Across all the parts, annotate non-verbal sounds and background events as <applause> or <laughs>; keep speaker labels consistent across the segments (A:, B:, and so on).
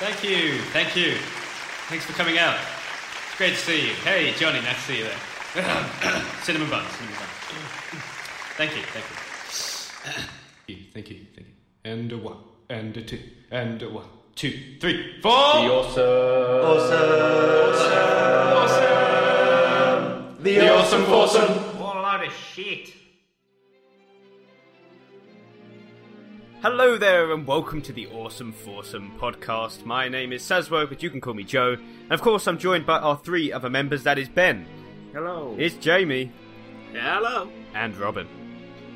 A: Thank you. Thank you. Thanks for coming out. It's great to see you. Hey, Johnny, nice to see you there. <coughs> cinnamon bun, cinnamon bun. Thank you. Thank you.
B: Thank you, thank you. And a one, and a two, and a one, two, three,
A: Four.
B: four.
C: awesome.
B: The awesome
D: <laughs>
B: foursome.
A: What a load of shit. Hello there, and welcome to the Awesome Foursome podcast. My name is Sazwo, but you can call me Joe. And of course, I'm joined by our three other members that is Ben,
C: Hello.
A: it's Jamie,
C: Hello.
A: and Robin.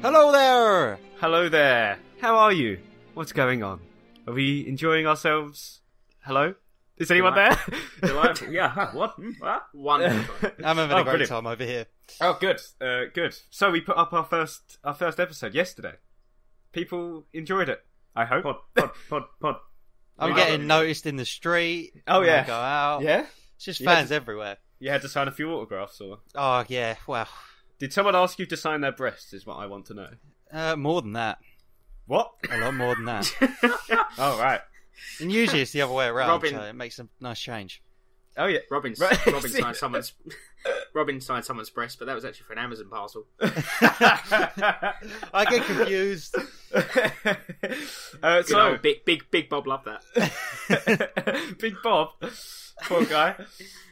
E: Hello there!
A: Hello there, how are you? What's going on? Are we enjoying ourselves? Hello? Is anyone there? <laughs>
C: Delightful. Yeah. huh, What? Hmm, what? Wonderful.
E: <laughs> I'm having
A: Oh,
E: a great
A: brilliant.
E: time over here.
A: Oh, good, uh, good. So we put up our first our first episode yesterday. People enjoyed it. I hope.
C: pod, pod, pod, pod.
E: I'm
C: Wow.
E: getting noticed in the street.
A: Oh,
E: when I
A: yeah.
E: go out.
A: yeah,
E: It's just
A: You had
E: fans everywhere.
A: you had to sign a few autographs, or
E: Oh yeah, well,
A: did someone ask you to sign their breasts? Is what I want to know.
E: uh, more than that,
A: What?
E: a lot more than that.
A: <laughs> Oh right.
E: and usually it's the other way around,
C: Robin-
E: so it makes a nice change.
A: Oh yeah.
C: Robin,
A: Right.
C: Robin
A: <laughs>
C: signed someone's. Robin signed someone's breast, but that was actually for an Amazon parcel.
E: I get confused.
A: uh,
C: Good
A: so <laughs>
C: old big, big, big Bob loved that.
A: Big Bob, poor guy.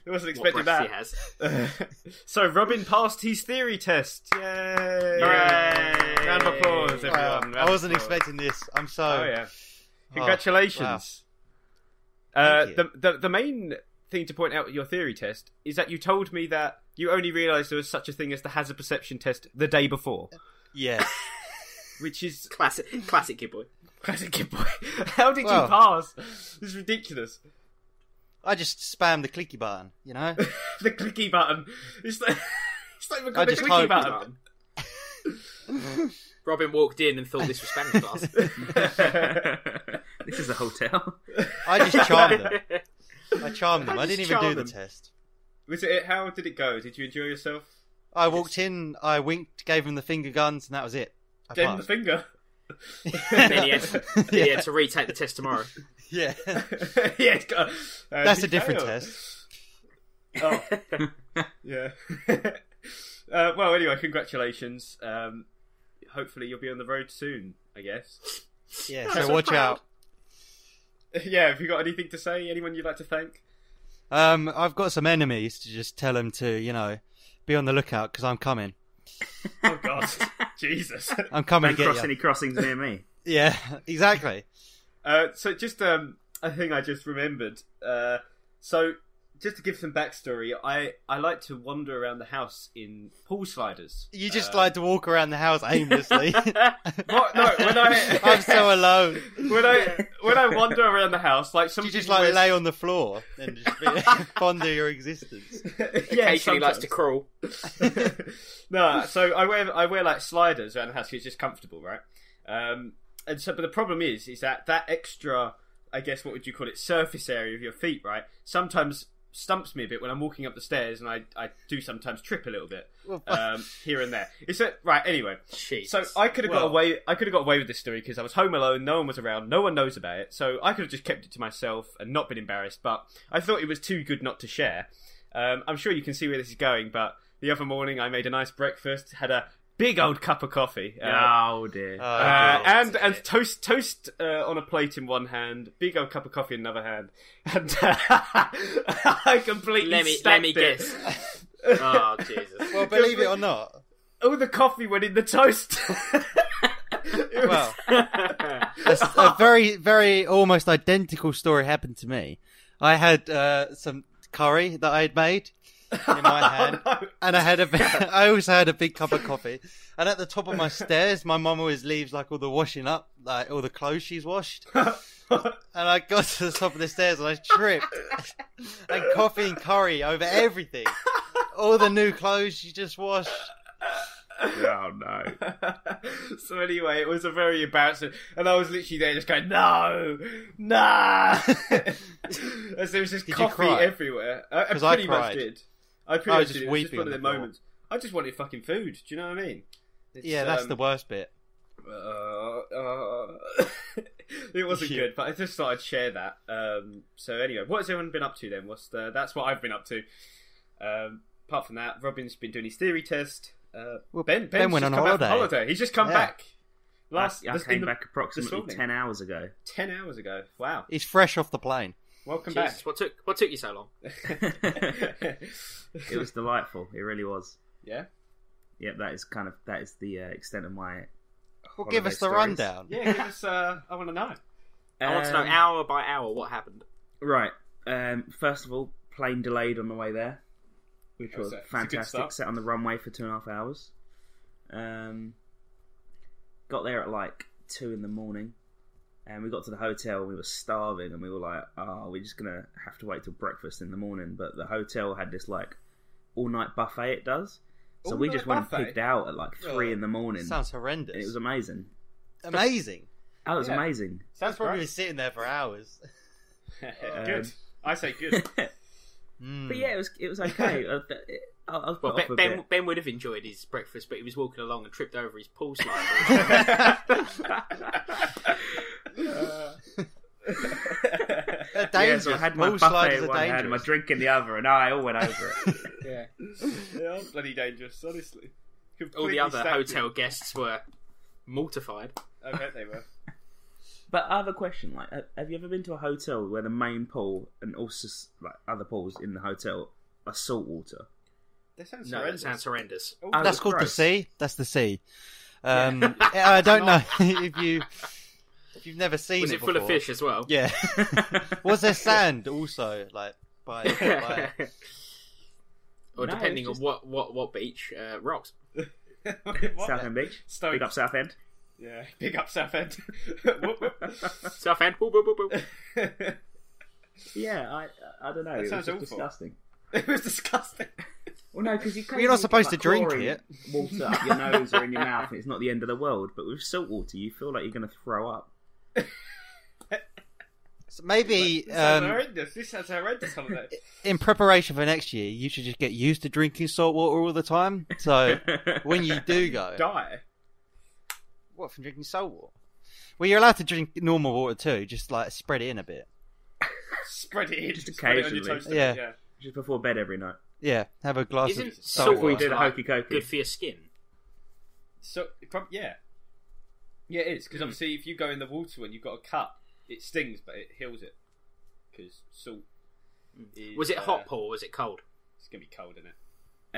A: He wasn't
C: What
A: expecting
C: breasts
A: that.
C: he has.
A: <laughs> so Robin passed his theory test. Yay!
C: Hooray!
A: Round of applause, <laughs> everyone.
E: Wow,
A: Round
E: I
A: of
E: wasn't
A: applause.
E: expecting this. I'm so.
A: Oh yeah! Congratulations. uh,
E: Thank
A: the, the the main thing to point out with your theory test is that you told me that you only realised there was such a thing as the hazard perception test the day before,
E: yeah.
A: which is <laughs>
C: Classic, classic kid boy.
A: classic kid boy. How did you
E: Well.
A: pass? This is ridiculous.
E: I just spam the clicky button, you
A: <laughs>
E: know.
A: the clicky button. It's like, <laughs> it's not even
E: I
A: got the
E: just
A: clicky
E: hope-
A: button.
C: Robin walked in and thought this was
A: <laughs>
C: Spanish class.
A: this <laughs>
E: <laughs>
C: is a hotel.
E: I just charmed them. I
A: <laughs>
E: charmed them. I, didn't
A: just
E: even do
A: charm them.
E: the test.
A: Was it? How did it go? Did you enjoy yourself?
E: I walked in, I winked, gave them the finger guns, and that was it. I
A: Gave him the <laughs>
E: passed.
A: finger.
C: then
E: <laughs>
C: he had, then he had to retake the test tomorrow.
E: yeah. <laughs>
A: yeah, it's got- uh,
E: That's
A: did
E: a different
A: fail.
E: test.
A: Oh. yeah. <laughs> uh, well, anyway, congratulations. Um, hopefully, you'll be on the road soon. I guess. <laughs>
E: Yeah,
C: I'm
E: so
C: so
E: watch
C: proud.
E: out.
A: yeah. Have you got anything to say? Anyone you'd like to thank?
E: Um, I've got some enemies to just tell them to, you know, be on the lookout because I'm coming.
A: Oh
E: <laughs>
A: God, Jesus. <laughs>
E: I'm coming to get you.
C: crossings near me.
E: Yeah, <laughs> exactly.
A: Uh, so just um, a thing I just remembered. Uh, so just to give some backstory, I, I like to wander around the house in pool sliders.
E: You just
A: Uh,
E: like to walk around the house
A: <laughs>
E: aimlessly. <laughs>
A: what? No, when I <laughs>
E: I'm so alone.
A: when I when I wander around the house, like some
E: You just
A: people
E: like
A: wear- <laughs>
E: lay on the floor and just be <laughs> fonder your existence.
A: yeah,
C: Occasionally likes to
A: sometimes.
C: crawl.
A: <laughs>
E: <laughs>
A: no, so I wear I wear like sliders around the house 'cause it's just comfortable, right? Um, and so, but the problem is, is that that extra, I guess, what would you call it, surface area of your feet, right? Sometimes stumps me a bit when I'm walking up the stairs, and I, I do sometimes trip a little
E: <laughs>
A: bit um, here and there. It's a, right anyway.
C: Jeez.
A: So I could have got
C: Well-
A: away. I could have got away with this story because I was home alone. No one was around. No one knows about it. So I could have just kept it to myself and not been embarrassed. But I thought it was too good not to share. Um, I'm sure you can see where this is going. But the other morning, I made a nice breakfast. Had a big old cup of coffee. uh,
C: Oh dear.
E: Oh,
A: uh,
E: dear.
A: and and toast toast uh, on a plate in one hand, big old cup of coffee in another hand, <laughs> and uh, I completely
C: let me let
A: stacked
C: me
A: it.
C: guess. oh
A: <laughs>
C: Jesus.
E: well, believe it or not,
A: All Oh, the coffee went in the toast. <laughs> It was-
E: well,
A: <laughs>
E: a, s- a very, very almost identical story happened to me. I had uh, some curry that I had made in my hand,
A: Oh, <laughs> no.
E: and I had
D: <laughs>
E: a, big- I also had a big cup of coffee. And at the top of my stairs, my mum always leaves like all the washing up, like all the clothes she's washed. And I got to the top of the stairs and I tripped, and coffee and curry over everything, all the new clothes she just washed.
C: Oh no.
A: <laughs> so anyway, it was a very embarrassing, and I was literally there just going, "No,
C: <laughs>
A: no," as there was just
E: Did you
A: coffee
E: cry?
A: everywhere. I, I
E: 'Cause I
A: pretty much
E: cried.
A: did. I pretty
E: I
A: much
E: was just
A: did. It was just
E: weeping
A: one of
E: on
A: the
E: the floor.
A: moments. I just wanted fucking food. Do you
D: um,
A: know what I mean? It's,
E: Yeah, that's
A: um,
E: the worst bit.
A: uh, <laughs> uh, It wasn't
E: Yeah.
A: good, but I just thought I'd share that. Um, so anyway, what's everyone been up to then? What's the, that's what I've been up to. Um, apart from that, Robin's been doing his theory test. Uh,
E: Well,
A: ben, Ben's
E: Ben went
A: just come
E: on
A: back from
E: holiday.
A: holiday. He's just come
E: Yeah.
A: back. Last
D: Last, I
A: this- in
D: came
A: the-
D: back approximately
A: morning.
D: ten hours ago.
A: ten hours ago. Wow,
E: He's fresh off the plane.
A: welcome
C: Jesus, what took what took you so long?
A: <laughs> back. <laughs>
D: It was delightful. It really was.
A: yeah,
D: Yep, that is kind of that is the uh, extent of my.
E: Well, give us the
D: Holiday stories.
E: rundown.
A: yeah. Give us. Uh, I want to know.
C: I
A: Oh,
C: want to know
D: Um,
C: hour by hour what happened.
D: Right. Um, first of all, plane delayed on the way there, which
A: Oh,
D: was
A: so it's a good
D: fantastic.
A: start.
D: Set on the runway for two and a half hours. Um, got there at like two in the morning, and we got to the hotel and we were starving, and we were like, "Oh, we're just gonna have to wait till breakfast in the morning." But the hotel had this like all night buffet. It does. So we
A: All-night
D: just went
A: buffet?
D: and pigged out at like three
E: Oh,
D: in the morning.
E: Sounds
D: and it
E: horrendous.
D: was amazing. <laughs>
E: amazing.
D: Oh, it was
A: Yeah.
D: amazing.
A: Sounds
E: Probably uh,
A: right.
E: been sitting there for hours.
A: <laughs> good. I say
E: <laughs>
A: good. <laughs>
E: Mm. <laughs>
D: But yeah, it was it was okay. I, I, I was put
C: Well,
D: off
C: ben,
D: a bit.
C: ben, ben would have enjoyed his breakfast, but he was walking along and tripped over his
A: <laughs>
C: pool slide. <laughs>
D: <laughs>
A: Uh,
E: They're
D: Yeah, so I
E: dangerous.
D: had my
E: Pool
D: buffet
E: sliders
D: in
E: are
D: one hand, my
E: dangerous.
D: drink in the other, and I all went over it.
C: yeah.
A: <laughs> They are bloody dangerous, honestly.
C: All
A: Completely
C: the other
A: stagnant.
C: hotel guests were mortified.
A: I bet they were.
D: <laughs> but I have a question: like, ha- have you ever been to a hotel where the main pool and also s- like other pools in the hotel are salt water?
A: That sounds
C: <laughs> No, that
A: horrendous.
C: sounds horrendous.
A: Oh,
D: That's
E: That's
A: it's
E: called
D: gross.
E: the sea. That's the sea.
C: <laughs>
E: Um, I don't know <laughs> if you if you've never seen
C: Was
E: it.
C: it full
E: before.
C: of fish as well? <laughs>
E: Yeah. Was there sand also? Like
C: <laughs>
E: by, by
C: Or
D: No,
C: depending
D: it's just-
C: on what, what, what beach, uh, rocks. <laughs>
A: <laughs> What?
D: Southend Beach,
A: Stoke.
D: big up Southend.
A: Yeah, big up Southend. <laughs> Whoop, whoop. <laughs>
C: Southend. Woo, woo, woo, woo.
D: Yeah, I I don't know. it was
A: sounds
D: just
A: awful.
D: disgusting.
A: it was disgusting.
D: Well, no, because you can't
E: you're not
D: even
E: supposed
D: get,
E: to drink
D: chlorine
E: it.
D: Water up your nose or in your mouth, and it's not the end of the world. But with salt water, you feel like you're going to throw <laughs> up.
E: So maybe
A: This sounds
E: um,
A: horrendous. This sounds horrendous holiday.
E: <laughs> in preparation for next year, you should just get used to drinking salt water all the time.
C: <laughs>
E: So when you do go,
A: Die.
E: what from drinking salt water? Well, you're allowed to drink normal water too. Just like spread it in a bit.
A: Spread it in.
D: Just
A: Spread it on your
D: occasionally.
A: toaster.
E: Yeah.
A: yeah.
D: Just before bed every night.
E: Yeah, have a glass of
C: Isn't
E: salt
C: salt
D: Before you
E: water. <laughs>
D: do the
C: water like,
D: hokey cokey.
C: good for your skin?
A: So, prob- yeah. Yeah, it is. Because
C: Hmm.
A: obviously, if you go in the water when you've got a cut, it stings, but it heals it. Because salt. Is,
C: Hmm. Was it
A: uh,
C: hot or was it cold?
A: It's going to be cold, isn't it?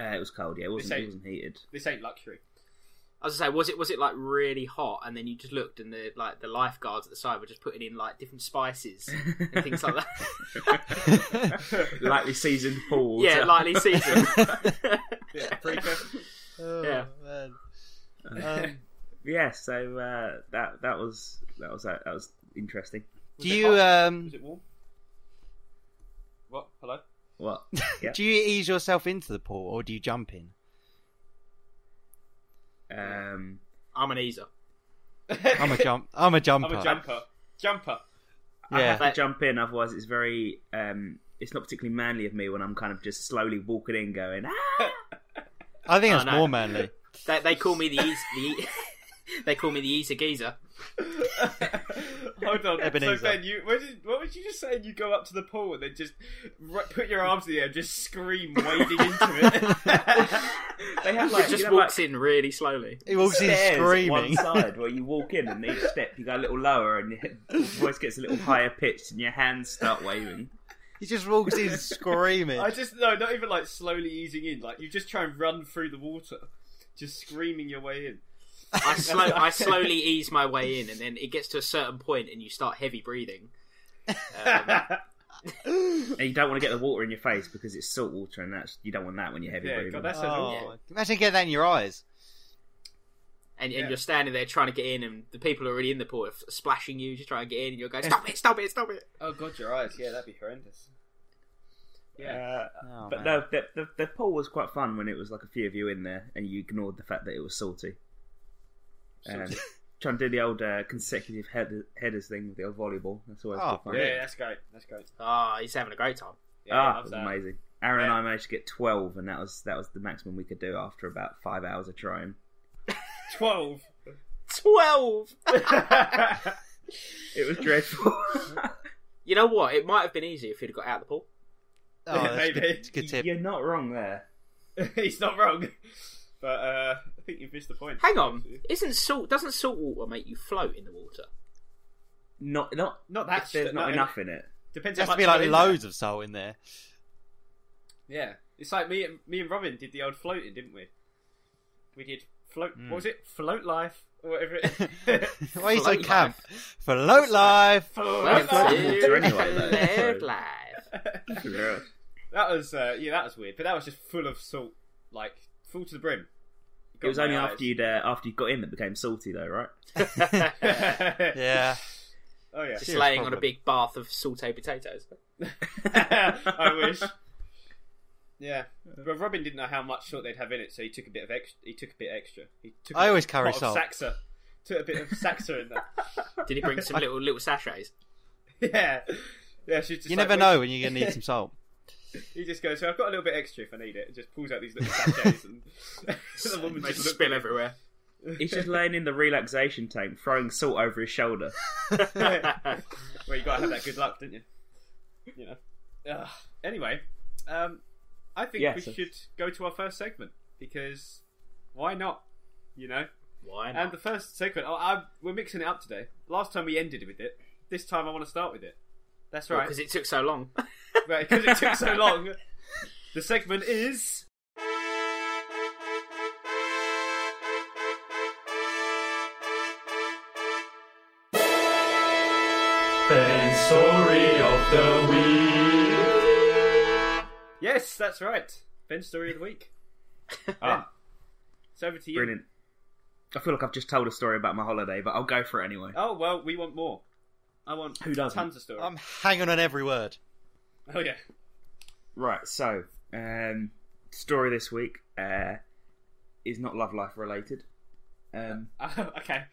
D: Uh, it was cold. Yeah, it wasn't.
A: say-
D: It wasn't heated.
A: This ain't
C: <laughs>
A: luxury.
C: I was gonna say, was it was it like really hot, and then you just looked, and the like the lifeguards at the side were just putting in like different spices
D: <laughs>
C: and things like that.
D: Lightly seasoned pool.
C: <laughs> yeah,
D: water.
C: lightly seasoned. <laughs>
A: Yeah, pretty good.
E: Oh,
C: Yeah. <laughs>
E: man. Um,
D: yeah. So uh, that that was that was uh, that, was interesting.
E: do
A: it
E: you
A: hot?
E: um,
A: Was it warm? What? Hello?
D: What?
E: do you ease yourself into the pool or do you jump in?
D: Um,
C: I'm an easer.
E: I'm a jump. I'm a jumper.
A: <laughs> I'm a jumper. Jumper.
D: I
E: Yeah.
D: <laughs> have to jump in, otherwise it's very. Um, it's not particularly manly of me when I'm kind of just slowly walking in, going. Ah!
E: I think that's
C: no.
E: more manly.
C: They, they call me the eas the e- <laughs> they call me the easer geezer.
A: Hold on.
E: Ebenezer.
A: So Ben, you what, did, what was you just saying? You go up to the pool and then just r- put your arms in the air, and just scream, wading into it.
D: They have
C: He
D: like
C: just
D: you know,
C: walks
D: like,
C: in really slowly.
E: He walks in
D: stairs at
E: screaming.
D: One side where you walk in, and each step you go a little lower, and your voice gets a little higher pitched, and your hands start waving.
E: He just walks in screaming.
A: I just no, not even like slowly easing in. Like you just try and run through the water, just screaming your way in. <laughs>
C: I slow I slowly ease my way in, and then it gets to a certain point, and you start heavy breathing.
A: <laughs> Oh,
C: Um,
D: And you don't want to get the water in your face because it's salt water, and that's you don't want that when you're heavy
A: Yeah,
D: breathing.
A: God, that's an awful.
E: Oh, imagine getting that in your eyes.
C: and, and
A: Yeah.
C: you're standing there trying to get in, and the people already in the pool are f- splashing you, just trying to get in, and you're going, "Stop it! Stop it! Stop it!"
A: Oh god, your eyes. Yeah, that'd be horrendous.
D: Uh,
E: Oh,
D: but
E: man.
D: no, the, the the pool was quite fun when it was like a few of you in there, and you ignored the fact that it was salty. Um, trying to do the old uh, consecutive head, headers thing with the old volleyball. That's always
E: Oh,
D: good fun.
A: Yeah,
E: brilliant.
A: that's great. That's great.
C: Ah, he's having a great time.
A: Yeah, I
D: ah,
A: love
D: it was
A: that.
D: amazing. Aaron and
A: Yeah.
D: I managed to get twelve, and that was that was the maximum we could do after about five hours of trying.
A: Twelve.
C: Twelve.
A: I
D: It was dreadful.
C: You know what? It might have been easier if he'd have got out of the pool.
E: Oh, that's
A: Maybe.
E: good, it's a good tip.
D: You're not wrong there.
A: <laughs> He's not wrong. But uh, I think you've missed the point.
C: Hang on, isn't salt? Doesn't salt water make you float in the water?
D: Not not
A: Not that.
D: there's
A: st-
D: not
A: no,
D: enough
A: <laughs>
D: in it.
A: Depends.
E: It has
A: how
E: to be
A: much
E: like
A: you put in
E: loads of salt in there. <laughs>
A: there. Yeah, it's like me. and Me and Robin did the old floating, didn't we? We did float. What
E: Hmm.
A: was it? Float life or whatever. It
E: <laughs> Why are you so
C: Float
E: camp? Float life.
A: <laughs> float
D: floating
A: life.
D: water anyway, though,
C: Live
D: so- <laughs>
C: life.
A: <laughs> That was uh, yeah, that was weird. But that was just full of salt, like full to the brim.
D: It was only after you'd uh, after you got in that became salty,
A: <laughs>
D: though, right?
A: yeah.
E: <laughs> Yeah.
A: <laughs> Oh yeah.
C: Just
E: Serious
C: laying on
E: problem.
C: a big bath of sauteed potatoes.
A: <laughs> I wish. Yeah, but Robin didn't know how much salt they'd have in it, so he took a bit of extra. He took a bit extra. He took
E: I
A: a
E: always carry
A: pot
E: salt.
A: Of saxa. Took a bit of saxa in there. <laughs>
C: Did he bring some little little sachets?
A: Yeah, yeah. She's just
E: You
A: like,
E: never
A: "Wait."
E: know when you're going to need some salt.
A: He just goes, "So I've got a little bit extra if I need it." And just pulls out these little sachets, and <laughs> the woman
C: They
A: just
C: just
A: looked
C: spill
A: at
C: everywhere.
D: He's just laying in the relaxation tank, throwing salt over his shoulder.
A: <laughs> him. well, you gotta have that good luck, didn't you? You know. Ugh. Anyway, um, I think
D: Yeah,
A: we
D: so-
A: should go to our first segment because why not? You know.
C: Why not?
A: And the first segment, oh, I, we're mixing it up today. Last time we ended with it. This time I want to start with it. That's right.
C: Because it took so long. <laughs>
A: <laughs> Right, 'cause it took so long. The segment is.
B: Ben story of the week.
A: Yes, that's right. Ben's story of the week.
D: Ah,
A: It's over to you.
D: brilliant! I feel like I've just told a story about my holiday, but I'll go for it anyway.
A: Oh well, we want more. I want
D: Who doesn't?
A: tons of stories.
C: Um,
E: I'm hanging on every word.
A: oh yeah.
D: Right, so um, story this week uh, is not love life related. Um,
A: Oh,
C: <laughs>
A: okay.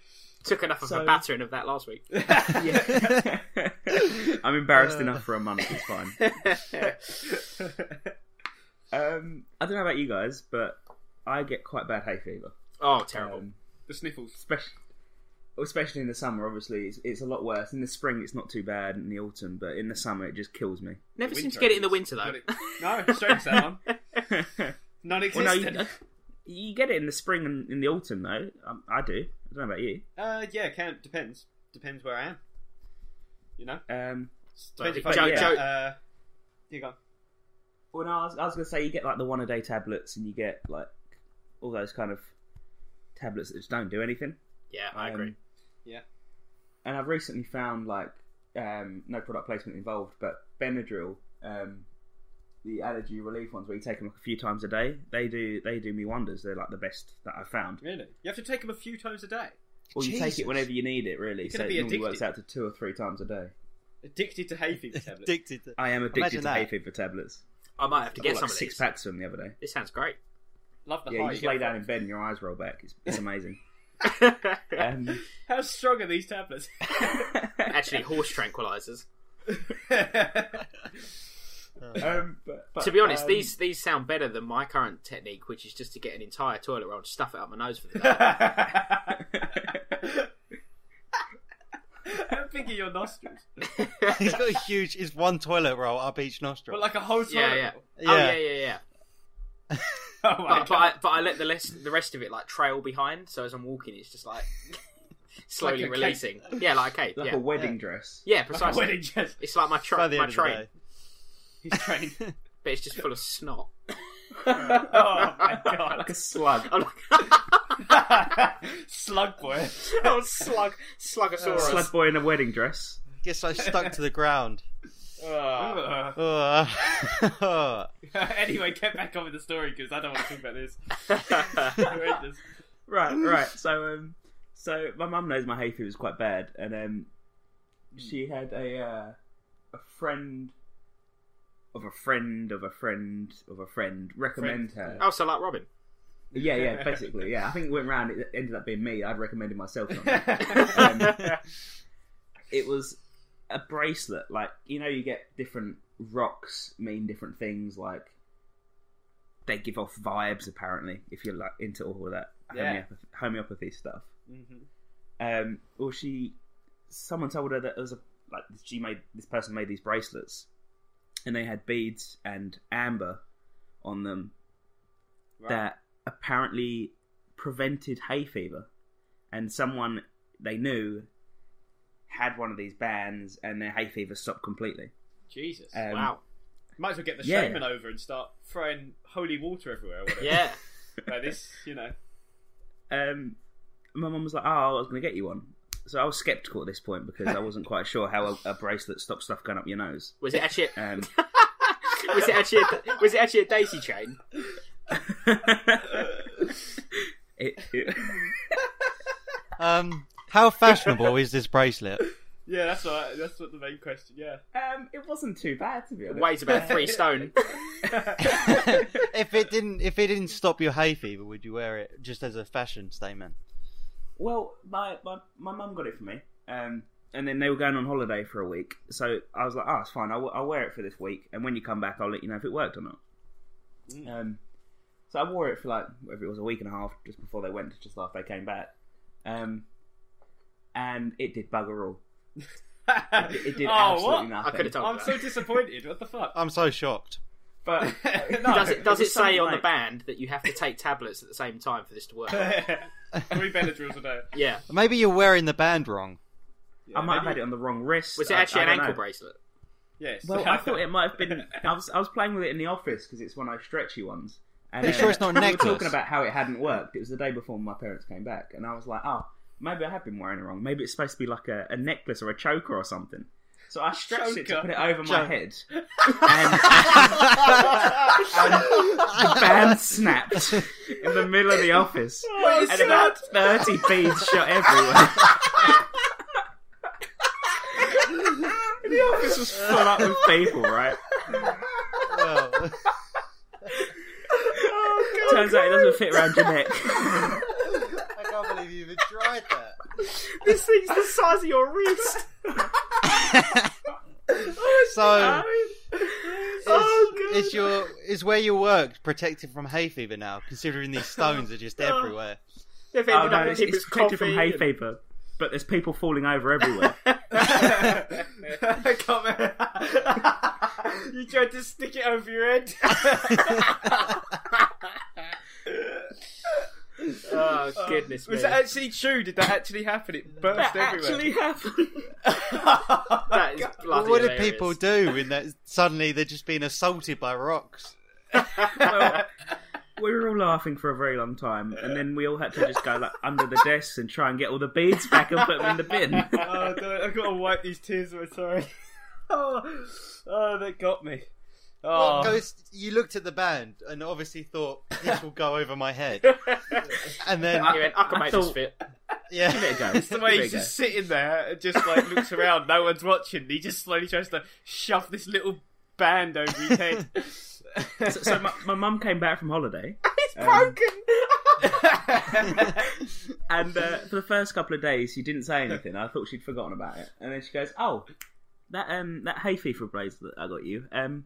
C: took enough of
D: So-
C: a battering of that last week.
E: <laughs>
A: Uh,
D: yeah, <laughs> I'm embarrassed enough for a month. It's
A: <laughs>
D: fine. Um, I don't know about you guys, but I get quite bad hay fever,
C: Oh, terrible.
D: um,
A: The sniffles.
D: especially especially in the summer. Obviously, it's, it's a lot worse. In the spring, it's not too bad. In the autumn, but in the summer, it just kills me. <laughs>
C: Never seem to get it in the winter, though. <laughs>
A: No, strange that one.
D: Well, no, you,
A: Non-existent.
D: you get it in the spring and in the autumn, though. Um, I do. I don't know about you.
A: uh, yeah, can depends. Depends where I am. You know.
D: Um,
A: Depends if
C: Joe,
A: I
D: But
A: get,
C: Joe,
A: uh, you go.
D: Well, no, I was, I was going to say you get like the one a day tablets, and you get like all those kind of tablets that just don't do anything.
C: yeah, I
D: Um,
C: agree.
A: Yeah.
D: And I've recently found like um, no product placement involved, but Benadryl, um, the allergy relief ones, where you take them a few times a day, they do they do me wonders. They're like the best that I've found.
A: Really? You have to take them a few times a day.
D: Or you take
E: Jesus.
D: it whenever you need it, really.
A: You're
D: So
A: gonna
D: it
A: be
D: normally
A: addicted.
D: works out to two or three times a day.
A: Addicted to hay
D: <laughs>
A: fever tablets.
E: Addicted. To...
D: I am addicted
E: Imagine
D: to hay
E: that.
D: fever tablets.
C: I might have to
D: I
C: get
D: bought,
C: some
D: like
C: of
D: six
C: these.
D: packs of them the other day.
C: This sounds great. <laughs>
A: Love the
D: Yeah, you
A: high.
D: just
A: get
D: lay
A: from
D: down in
A: it.
D: bed and your eyes roll back. It's, it's
C: <laughs>
D: amazing. um,
A: How strong are these
D: <laughs>
A: tablets? <laughs>
C: Actually, horse tranquilizers.
D: um, but, but,
C: To be honest,
D: um,
C: these these sound better than my current technique, which is just to get an entire toilet roll and stuff it up my nose for
A: <laughs>
C: the day.
A: How big are your nostrils?
E: He's got a huge. It's one toilet roll up each nostril.
A: Well, like a whole toilet.
C: yeah, yeah.
A: roll.
C: Oh
E: Yeah.
C: yeah, yeah, yeah.
A: <laughs> Oh my
C: But, but I but I let the rest the rest of it like trail behind, so as I'm walking, it's just like <laughs> slowly
A: Like a cake.
C: releasing. Yeah, like a
D: <laughs>
C: cake.
D: like
C: yeah.
D: a wedding
C: <laughs>
D: dress.
C: yeah,
A: <laughs> god. Like a
C: precisely.
A: wedding
C: <laughs>
A: dress.
C: It's like my
E: by
C: truck,
E: the
C: my
E: end of the
C: train,
E: day.
A: He's trained.
C: but it's just full of snot. <laughs>
A: oh my god.
D: Like a slug.
C: I'm like, <laughs>
A: <laughs> Slug boy.
C: oh, slug, slugosaurus.
D: slug boy in a wedding dress.
E: Gets so stuck to the ground.
C: Ah.
A: Ugh.
E: Ugh.
A: anyway, get back on with the story because I don't want to talk about
C: <laughs>
A: this. Horrendous.
D: Right, right. So, um, so my mum knows my hay fever is quite bad, and um, she had a uh, a friend of a friend of a friend of a friend recommend her.
C: Oh, so like Robin.
D: Yeah, yeah, basically, yeah. I think it went round. It ended up being me. I'd recommended myself.
C: <laughs>
D: Something.
C: Um,
D: it was a bracelet. Like you know, you get different rocks mean different things. Like they give off vibes. Apparently, if you're like into all of that
A: Yeah.
D: homeopathy, homeopathy stuff.
A: Mhm.
D: Um, well, she someone told her that it was a like she made this person made these bracelets, and they had beads and amber on them
A: Right.
D: that apparently prevented hay fever, and someone they knew had one of these bands, and their hay fever stopped completely.
A: <laughs> Jesus.
D: Um,
C: wow.
A: Might as well get the
D: yeah.
A: shaman over and start throwing holy water everywhere. Or whatever.
C: Yeah.
A: Like this, you
C: <laughs>
A: know.
D: um, my mum was like, "Oh, I was going to get you one." So I was skeptical at this point because I wasn't quite sure how a, a bracelet stops stuff going up your nose.
C: Was it actually? A,
D: <laughs> Um,
C: was it actually? A, was it actually a daisy chain?
D: it, it-
E: <laughs>
D: <laughs>
E: Um, how fashionable is this bracelet? <laughs>
A: Yeah, that's all right. That's what the main question. Yeah.
D: um, it wasn't too bad to be honest.
C: Weighs about three stone.
E: if it didn't, if it didn't stop your hay fever, would you wear it just as a fashion statement?
D: Well, my my my mum got it for me, um, and then they were going on holiday for a week, so I was like, "Oh, it's fine. I'll, I'll wear it for this week, and when you come back, I'll let you know if it worked or not."
C: Mm.
D: Um, so I wore it for like whatever it was, a week and a half, just before they went, just after they came back, um, and it did bugger all. It
C: <laughs>
A: <laughs> oh,
D: did absolutely
A: what?
D: nothing.
C: I could have told
A: I'm
C: you
A: so
C: that.
A: disappointed. What the fuck?
E: I'm so shocked.
D: But
C: <laughs>
D: <laughs>
A: No.
C: Does it? Does it,
D: was
C: say
D: something
C: on the
D: like-
C: band that you have to take tablets at the same time for this
D: <laughs>
C: to
A: <laughs>
C: work?
A: Three Benadryls a day.
C: Yeah.
E: Maybe you're wearing the band wrong. <laughs>
A: Yeah,
D: I might have
A: maybe-
D: had it on the wrong wrist.
C: Was it
D: I-
C: actually
D: I
C: an
D: don't
C: ankle
D: know.
C: bracelet?
A: Yes.
D: Well,
A: <laughs>
D: I thought it might have been. I was I was playing with it in the office because it's one of those stretchy ones. And,
E: Are you
D: uh,
E: sure it's not
D: we
E: a
D: were
E: necklace?
D: talking about how it hadn't worked. It was the day before my parents came back, and I was like, "Oh, maybe I have been wearing it wrong. Maybe it's supposed to be like a, a necklace or a choker or something." So I stretched it to
A: Choker.
D: put it over my
E: Choker.
D: head,
E: <laughs>
D: and, <laughs> and the band snapped in the middle of the office,
C: Oh,
D: and about thirty beads shot everywhere. <laughs> the office was full up with people, right?
E: Well,
D: <laughs> Turns out it doesn't fit around your neck. Um,
E: I can't believe you even tried that.
C: This thing's the size of your wrist. <laughs>
E: So, is, is your is where you worked protected from hay fever now? Considering these stones are just everywhere.
C: They've
D: Oh
C: ended
D: no,
C: up in
D: it's, it's
C: people's
D: protected from
C: coffee
D: hay
C: and-
D: fever, but there's people falling over everywhere.
A: I can't remember. <laughs> you tried to stick it over your <laughs> head.
C: Oh goodness me!
A: Was that actually true? Did that actually happen? It burst
C: That
A: everywhere. <laughs>
C: actually happened.
A: Actually... <laughs>
C: That is bloody
E: what did
C: hilarious.
E: people do in that? Suddenly they're just being assaulted by rocks.
D: we were all laughing for a very long time, and then we all had to just go like under the desks and try and get all the beads back and put them in the bin. <laughs>
A: oh, don't, I've got to wipe these tears away. Sorry. <laughs> oh, oh, that got me. Oh,
E: What goes? You looked at the band and obviously thought this will go over my head,
C: <laughs>
A: Oh. <laughs>
E: and then
C: He went, I can
D: I
C: make
D: thought-
C: this fit.
E: yeah,
D: There you go.
A: It's the way
D: There
A: he's
D: you
A: just sitting there and just like looks around, no one's watching. He just slowly tries to shove this little band over his head.
D: go. So, so my, my mum came back from holiday,
C: It's broken.
D: and uh, for the first couple of days, she didn't say anything. I thought she'd forgotten about it, and then she goes, "Oh, that um that hay fever bracelet I got you um."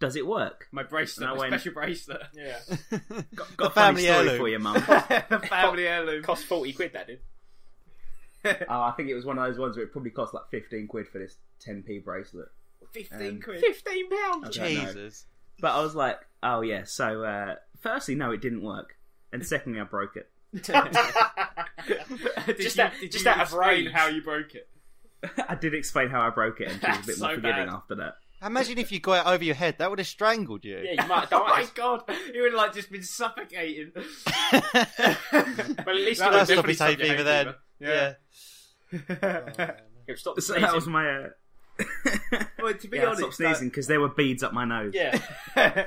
D: Does it work?
A: my bracelet,
D: No,
A: my
D: when-
A: special bracelet. Yeah.
E: <laughs> the
D: Funny
E: family
D: story
E: heirloom.
D: for you, mum. <laughs>
A: the <laughs> family heirloom.
C: Cost forty quid. That did.
D: Oh, I think it was one of those ones where it probably cost like 15 quid for this 10p bracelet.
A: 15
D: um,
A: quid.
C: <laughs> Fifteen pounds.
D: I don't know.
E: Jesus.
D: But I was like, oh yeah, so uh, firstly, no, it didn't work. And secondly, I broke it. <laughs>
A: <laughs> Did
C: Just
A: you-
C: out-
A: did
C: just
A: you
C: out of
A: explain
C: rage.
A: how you broke it.
D: I did explain how I broke it, and she was a bit <laughs>
A: That's
D: more
A: so
D: forgiving
A: bad.
D: after that.
E: Imagine if you got it over your head, that would have strangled
C: <laughs>
E: you. <laughs>
C: Yeah, you might have
A: Oh my
C: died.
A: god, he would have like just been suffocating. well,
C: Well, at least
A: That would
E: That's not
C: you
A: definitely
E: his
A: stop
E: hay
A: your hay
E: fever then.
A: fever. Yeah. <laughs>
C: Here, stop
D: So
C: sneezing.
D: that was my. <laughs> Uh...
A: well, to be
D: yeah, I stopped
A: honest, that-
D: sneezing because there were beads up my nose.
C: Yeah. <laughs>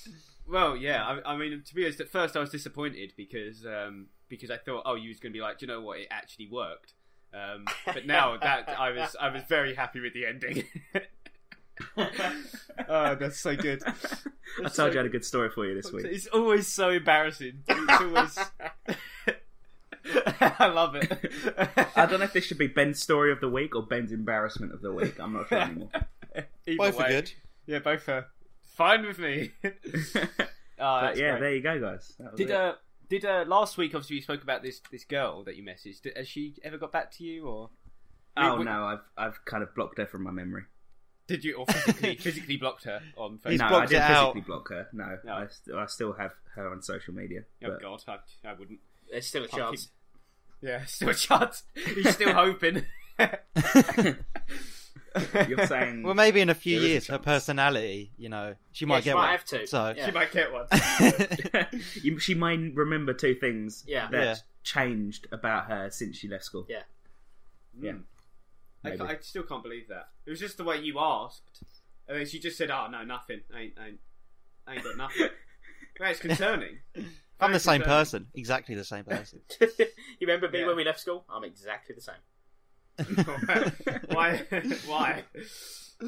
A: <laughs> well, yeah. I, I mean, to be honest, at first I was disappointed because um, because I thought, oh, you was going to be like, do you know what? It actually worked. Um, but now that I was, I was very happy with the ending. <laughs> oh, that's so <laughs> good.
D: <laughs> I told you I had a good story for you this week.
A: It's always so embarrassing. It's always. <laughs> I love it.
D: I don't know if this should be Ben's story of the week or Ben's embarrassment of the week. I'm <laughs> not sure anymore.
A: Either
E: Both
A: way.
E: are good.
A: Yeah, both are fine with me. <laughs> oh,
D: But
A: that's
D: yeah,
A: great.
D: there you go, guys. That was
A: Did
D: it.
A: uh did uh last week obviously you spoke about this this girl that you messaged. Did, has she ever got back to you or
D: Oh
A: we-
D: no, I've I've kind of blocked her from my memory.
A: Did you or
D: <laughs>
A: physically, physically blocked her on Facebook?
E: He's
D: no, I
E: blocked
D: didn't
E: it out.
D: physically block her. No,
A: No.
D: I, st- I still have her on social media.
A: Oh
D: but-
A: God, I, I wouldn't.
C: There's still a
A: Can't
C: chance. <laughs>
A: Yeah, <laughs> still a chance. He's
D: <laughs>
A: still hoping.
D: You're saying
E: <laughs> Well, maybe in a
A: There
E: few
A: is a
E: years, her
A: chance.
E: personality, you know, she might
C: she
E: get
C: might
E: one.
C: have to.
E: So,
C: Yeah.
A: she might get one.
D: You- she might remember two things
C: Yeah.
D: that
E: Yeah.
D: changed about her since she left school.
C: Yeah.
D: Yeah.
A: Hmm. I,
D: Maybe.
A: ca- I still can't believe that. It was just the way you asked, and then she just said, "Oh no, nothing. I ain't, I ain't, I ain't got
D: <laughs>
A: nothing." Man, it's concerning.
E: <laughs>
A: <laughs>
E: I'm
A: Very
E: the same
A: concerning.
E: person, exactly the same person.
C: you remember me
A: Yeah.
C: when we left school? I'm exactly the same.
A: Why?
D: <laughs>
A: Why?
D: I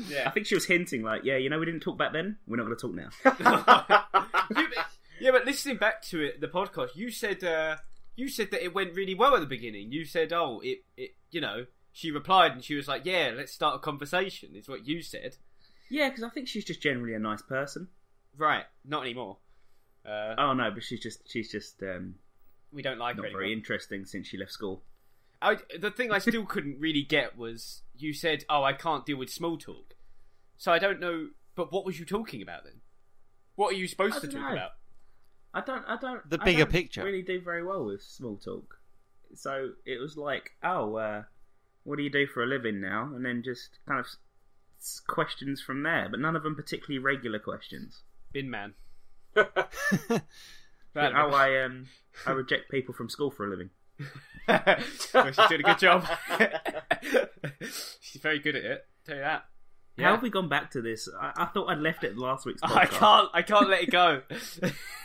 A: Yeah.
D: think she was hinting like, yeah, you know, we didn't talk back then. We're not going to talk now.
A: <laughs> You- yeah, but listening back to it, the podcast, you said uh, you said that it went really well at the beginning. You said, "Oh, it, it, you know." She replied, and she was like, "Yeah, let's start a conversation." Is what you said,
D: yeah, because I think she's just generally a nice person.
A: right? Not anymore. Uh,
D: Oh no, but she's just she's just um,
A: we don't like
D: not
A: her.
D: very
A: anymore.
D: interesting since she left school.
A: I, the thing I still couldn't really get was you said, "Oh, I can't deal with small talk," so I don't know. But what was you talking about then? What are you supposed
D: I
A: to
D: don't
A: talk
D: know.
A: about?
D: I don't I don't
E: The
D: I
E: bigger
D: don't
E: picture.
D: really do very well with small talk. So it was like, oh, uh, what do you do for a living now? And then just kind of s- s- questions from there, but none of them particularly regular questions.
A: Bin
D: <laughs>
A: man.
D: Like,
A: That-
D: oh, I um, I reject people from school for a living.
A: Well, she's doing a good job. she's very good at it. Tell you that.
D: How have we gone back to this? I, I thought I'd left it last week's podcast.
A: I can't. I can't let it go.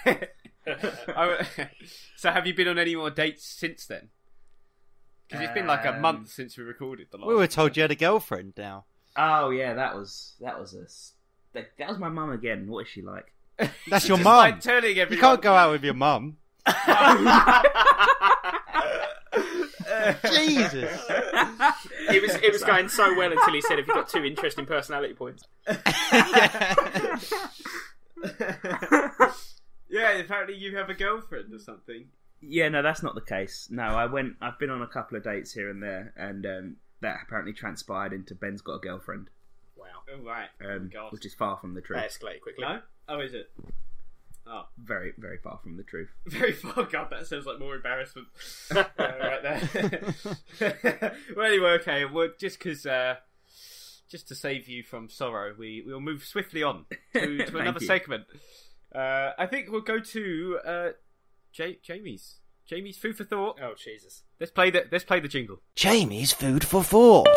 A: <laughs> I- so, have you been on any more dates since then? Because it's been like a
D: Um,
A: month since we recorded the last.
E: we were told you had a girlfriend now.
D: Oh yeah, that was that was a s- that, that was my mum again. What is she like? <laughs>
E: That's your
A: Just
E: mum.
A: like turning
E: You
A: everyone. <laughs>
E: can't go out with your mum. Jesus.
C: <laughs> It was it was going so well until he said, "Have you <laughs> got two interesting personality points?"
A: <laughs> Yeah, apparently you have a girlfriend or something.
D: Yeah, no, that's not the case. No, I went. I've been on a couple of dates here and there, and um, that apparently transpired into Ben's got a girlfriend,
C: Wow,
A: Oh right.
D: um,
A: God.
D: which is far from the truth.
C: that escalated quickly.
A: No. Oh, is it? Oh,
D: Very, very far from the truth.
A: <laughs> very far. God, that sounds like more
D: <laughs>
A: embarrassment uh, right there. <laughs> well, anyway, okay. Well, just because, uh, just to save you from sorrow, we we'll move swiftly on to,
D: <laughs> Thank
A: to another
D: you.
A: segment. Uh, I think we'll go to uh, Ja- Jamie's. Jamie's food for thought.
C: Oh Jesus!
A: Let's play the let's play the jingle.
E: Jamie's food for thought.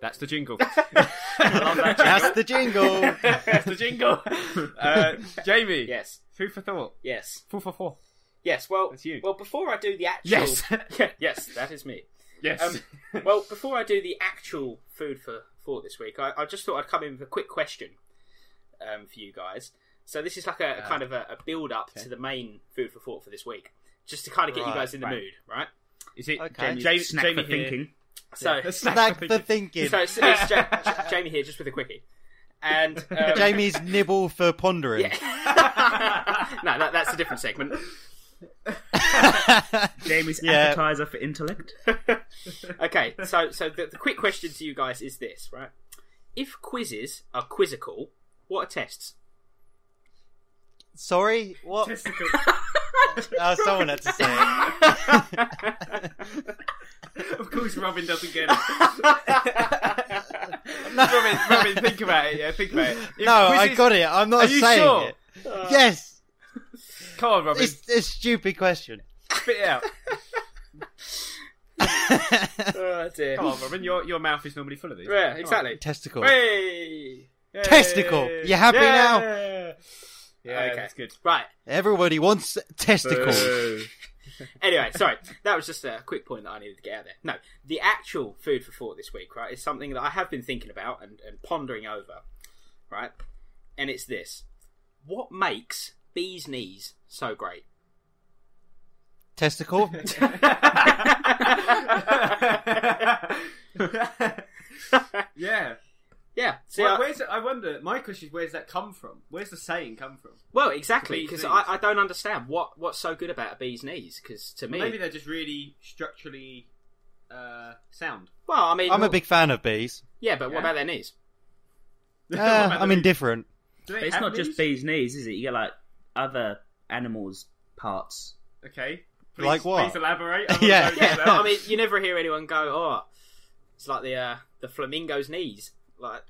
A: That's the
D: <laughs>
A: jingle. <laughs>
E: That's the jingle.
A: <laughs> That's the jingle.
D: <laughs>
A: Uh, Jamie,
C: Yes,
A: food for thought.
C: yes,
A: Four for four.
C: yes. Well,
A: That's you.
C: well, before I do the actual,
A: Yes.
C: yes, <laughs> that is me.
A: Yes.
C: Um, well, before I do the actual food for thought this week, I, I just thought I'd come in with a quick question um, for you guys. So this is like a, a kind of a, a build up to the main food for thought for this week, just to kind of get you
E: Right,
C: guys in the
A: right.
C: mood, right?
A: Is it
E: Okay.
A: Jamie,
D: Snack
A: Jamie
D: for
A: here?
D: thinking.
C: So,
A: Let's
C: so
A: snack
E: Back
A: for
E: the
A: thinking.
E: thinking.
C: it's, it's Ja- Ja- Jamie here, just with a quickie, and um,
E: <laughs> Jamie's nibble for pondering.
C: <laughs> no, that, that's a different segment.
D: Jamie's
A: <laughs>
E: Yeah.
D: appetizer for intellect.
C: Okay, so so the, the quick question to you guys is this, right? If quizzes are quizzical, what are tests?
E: <laughs> Sorry, what?
A: Testicle.
E: <laughs> Oh, someone had to say it.
A: of course, Robin doesn't
E: <laughs>
A: get it. Robin, Robin, think about it. Yeah, think about it. If
E: No, I
A: quizzes-
E: got it. I'm not
A: Are you
E: saying
A: sure?
E: it. yes,
A: Come on, Robin,
E: it's it's a
A: <laughs>
E: stupid question.
A: spit it
E: <laughs>
A: out.
C: Oh dear.
A: Come on, Robin, your your mouth is normally full of these.
C: Yeah, exactly.
E: Testicle.
C: Hey!
A: Yay.
E: Testicle. You happy now?
A: Yeah. Yeah,
C: Okay.
A: that's good.
C: Right.
E: Everybody wants testicle.
A: Uh,
D: Boo.
C: Anyway, sorry. That was just a quick point that I needed to get out there. No, the actual food for thought this week, right, is something that I have been thinking about and, and pondering over, right? And it's this. What makes bees' knees so great?
E: Testicle.
A: <laughs>
E: <laughs>
A: yeah.
C: Yeah. See,
A: well,
C: I-
A: where's I wonder. My question is, where's that come from? Where's the saying come from?
C: Well, exactly,
A: Bee's
C: because
A: knees.
C: I, I don't understand what what's so good about a bee's knees. Because to me,
A: Maybe they're just really structurally uh, sound.
C: Well, I mean,
E: I'm a big fan of bees.
C: yeah, but
A: Yeah.
C: what about
A: <laughs>
C: their knees?
A: What
E: <laughs> Uh,
A: about
E: I'm
A: the-
E: indifferent.
A: do they
D: But it's
A: have
D: not
A: these?
D: just bees' knees, is it? You get like other animals' parts.
A: Okay. Please,
E: Like what?
A: Please
E: <laughs>
A: elaborate. I wanna
E: Yeah.
A: know
C: Yeah,
A: more about
C: I mean, you never hear anyone go, "Oh, it's like the uh, the flamingo's knees." Like,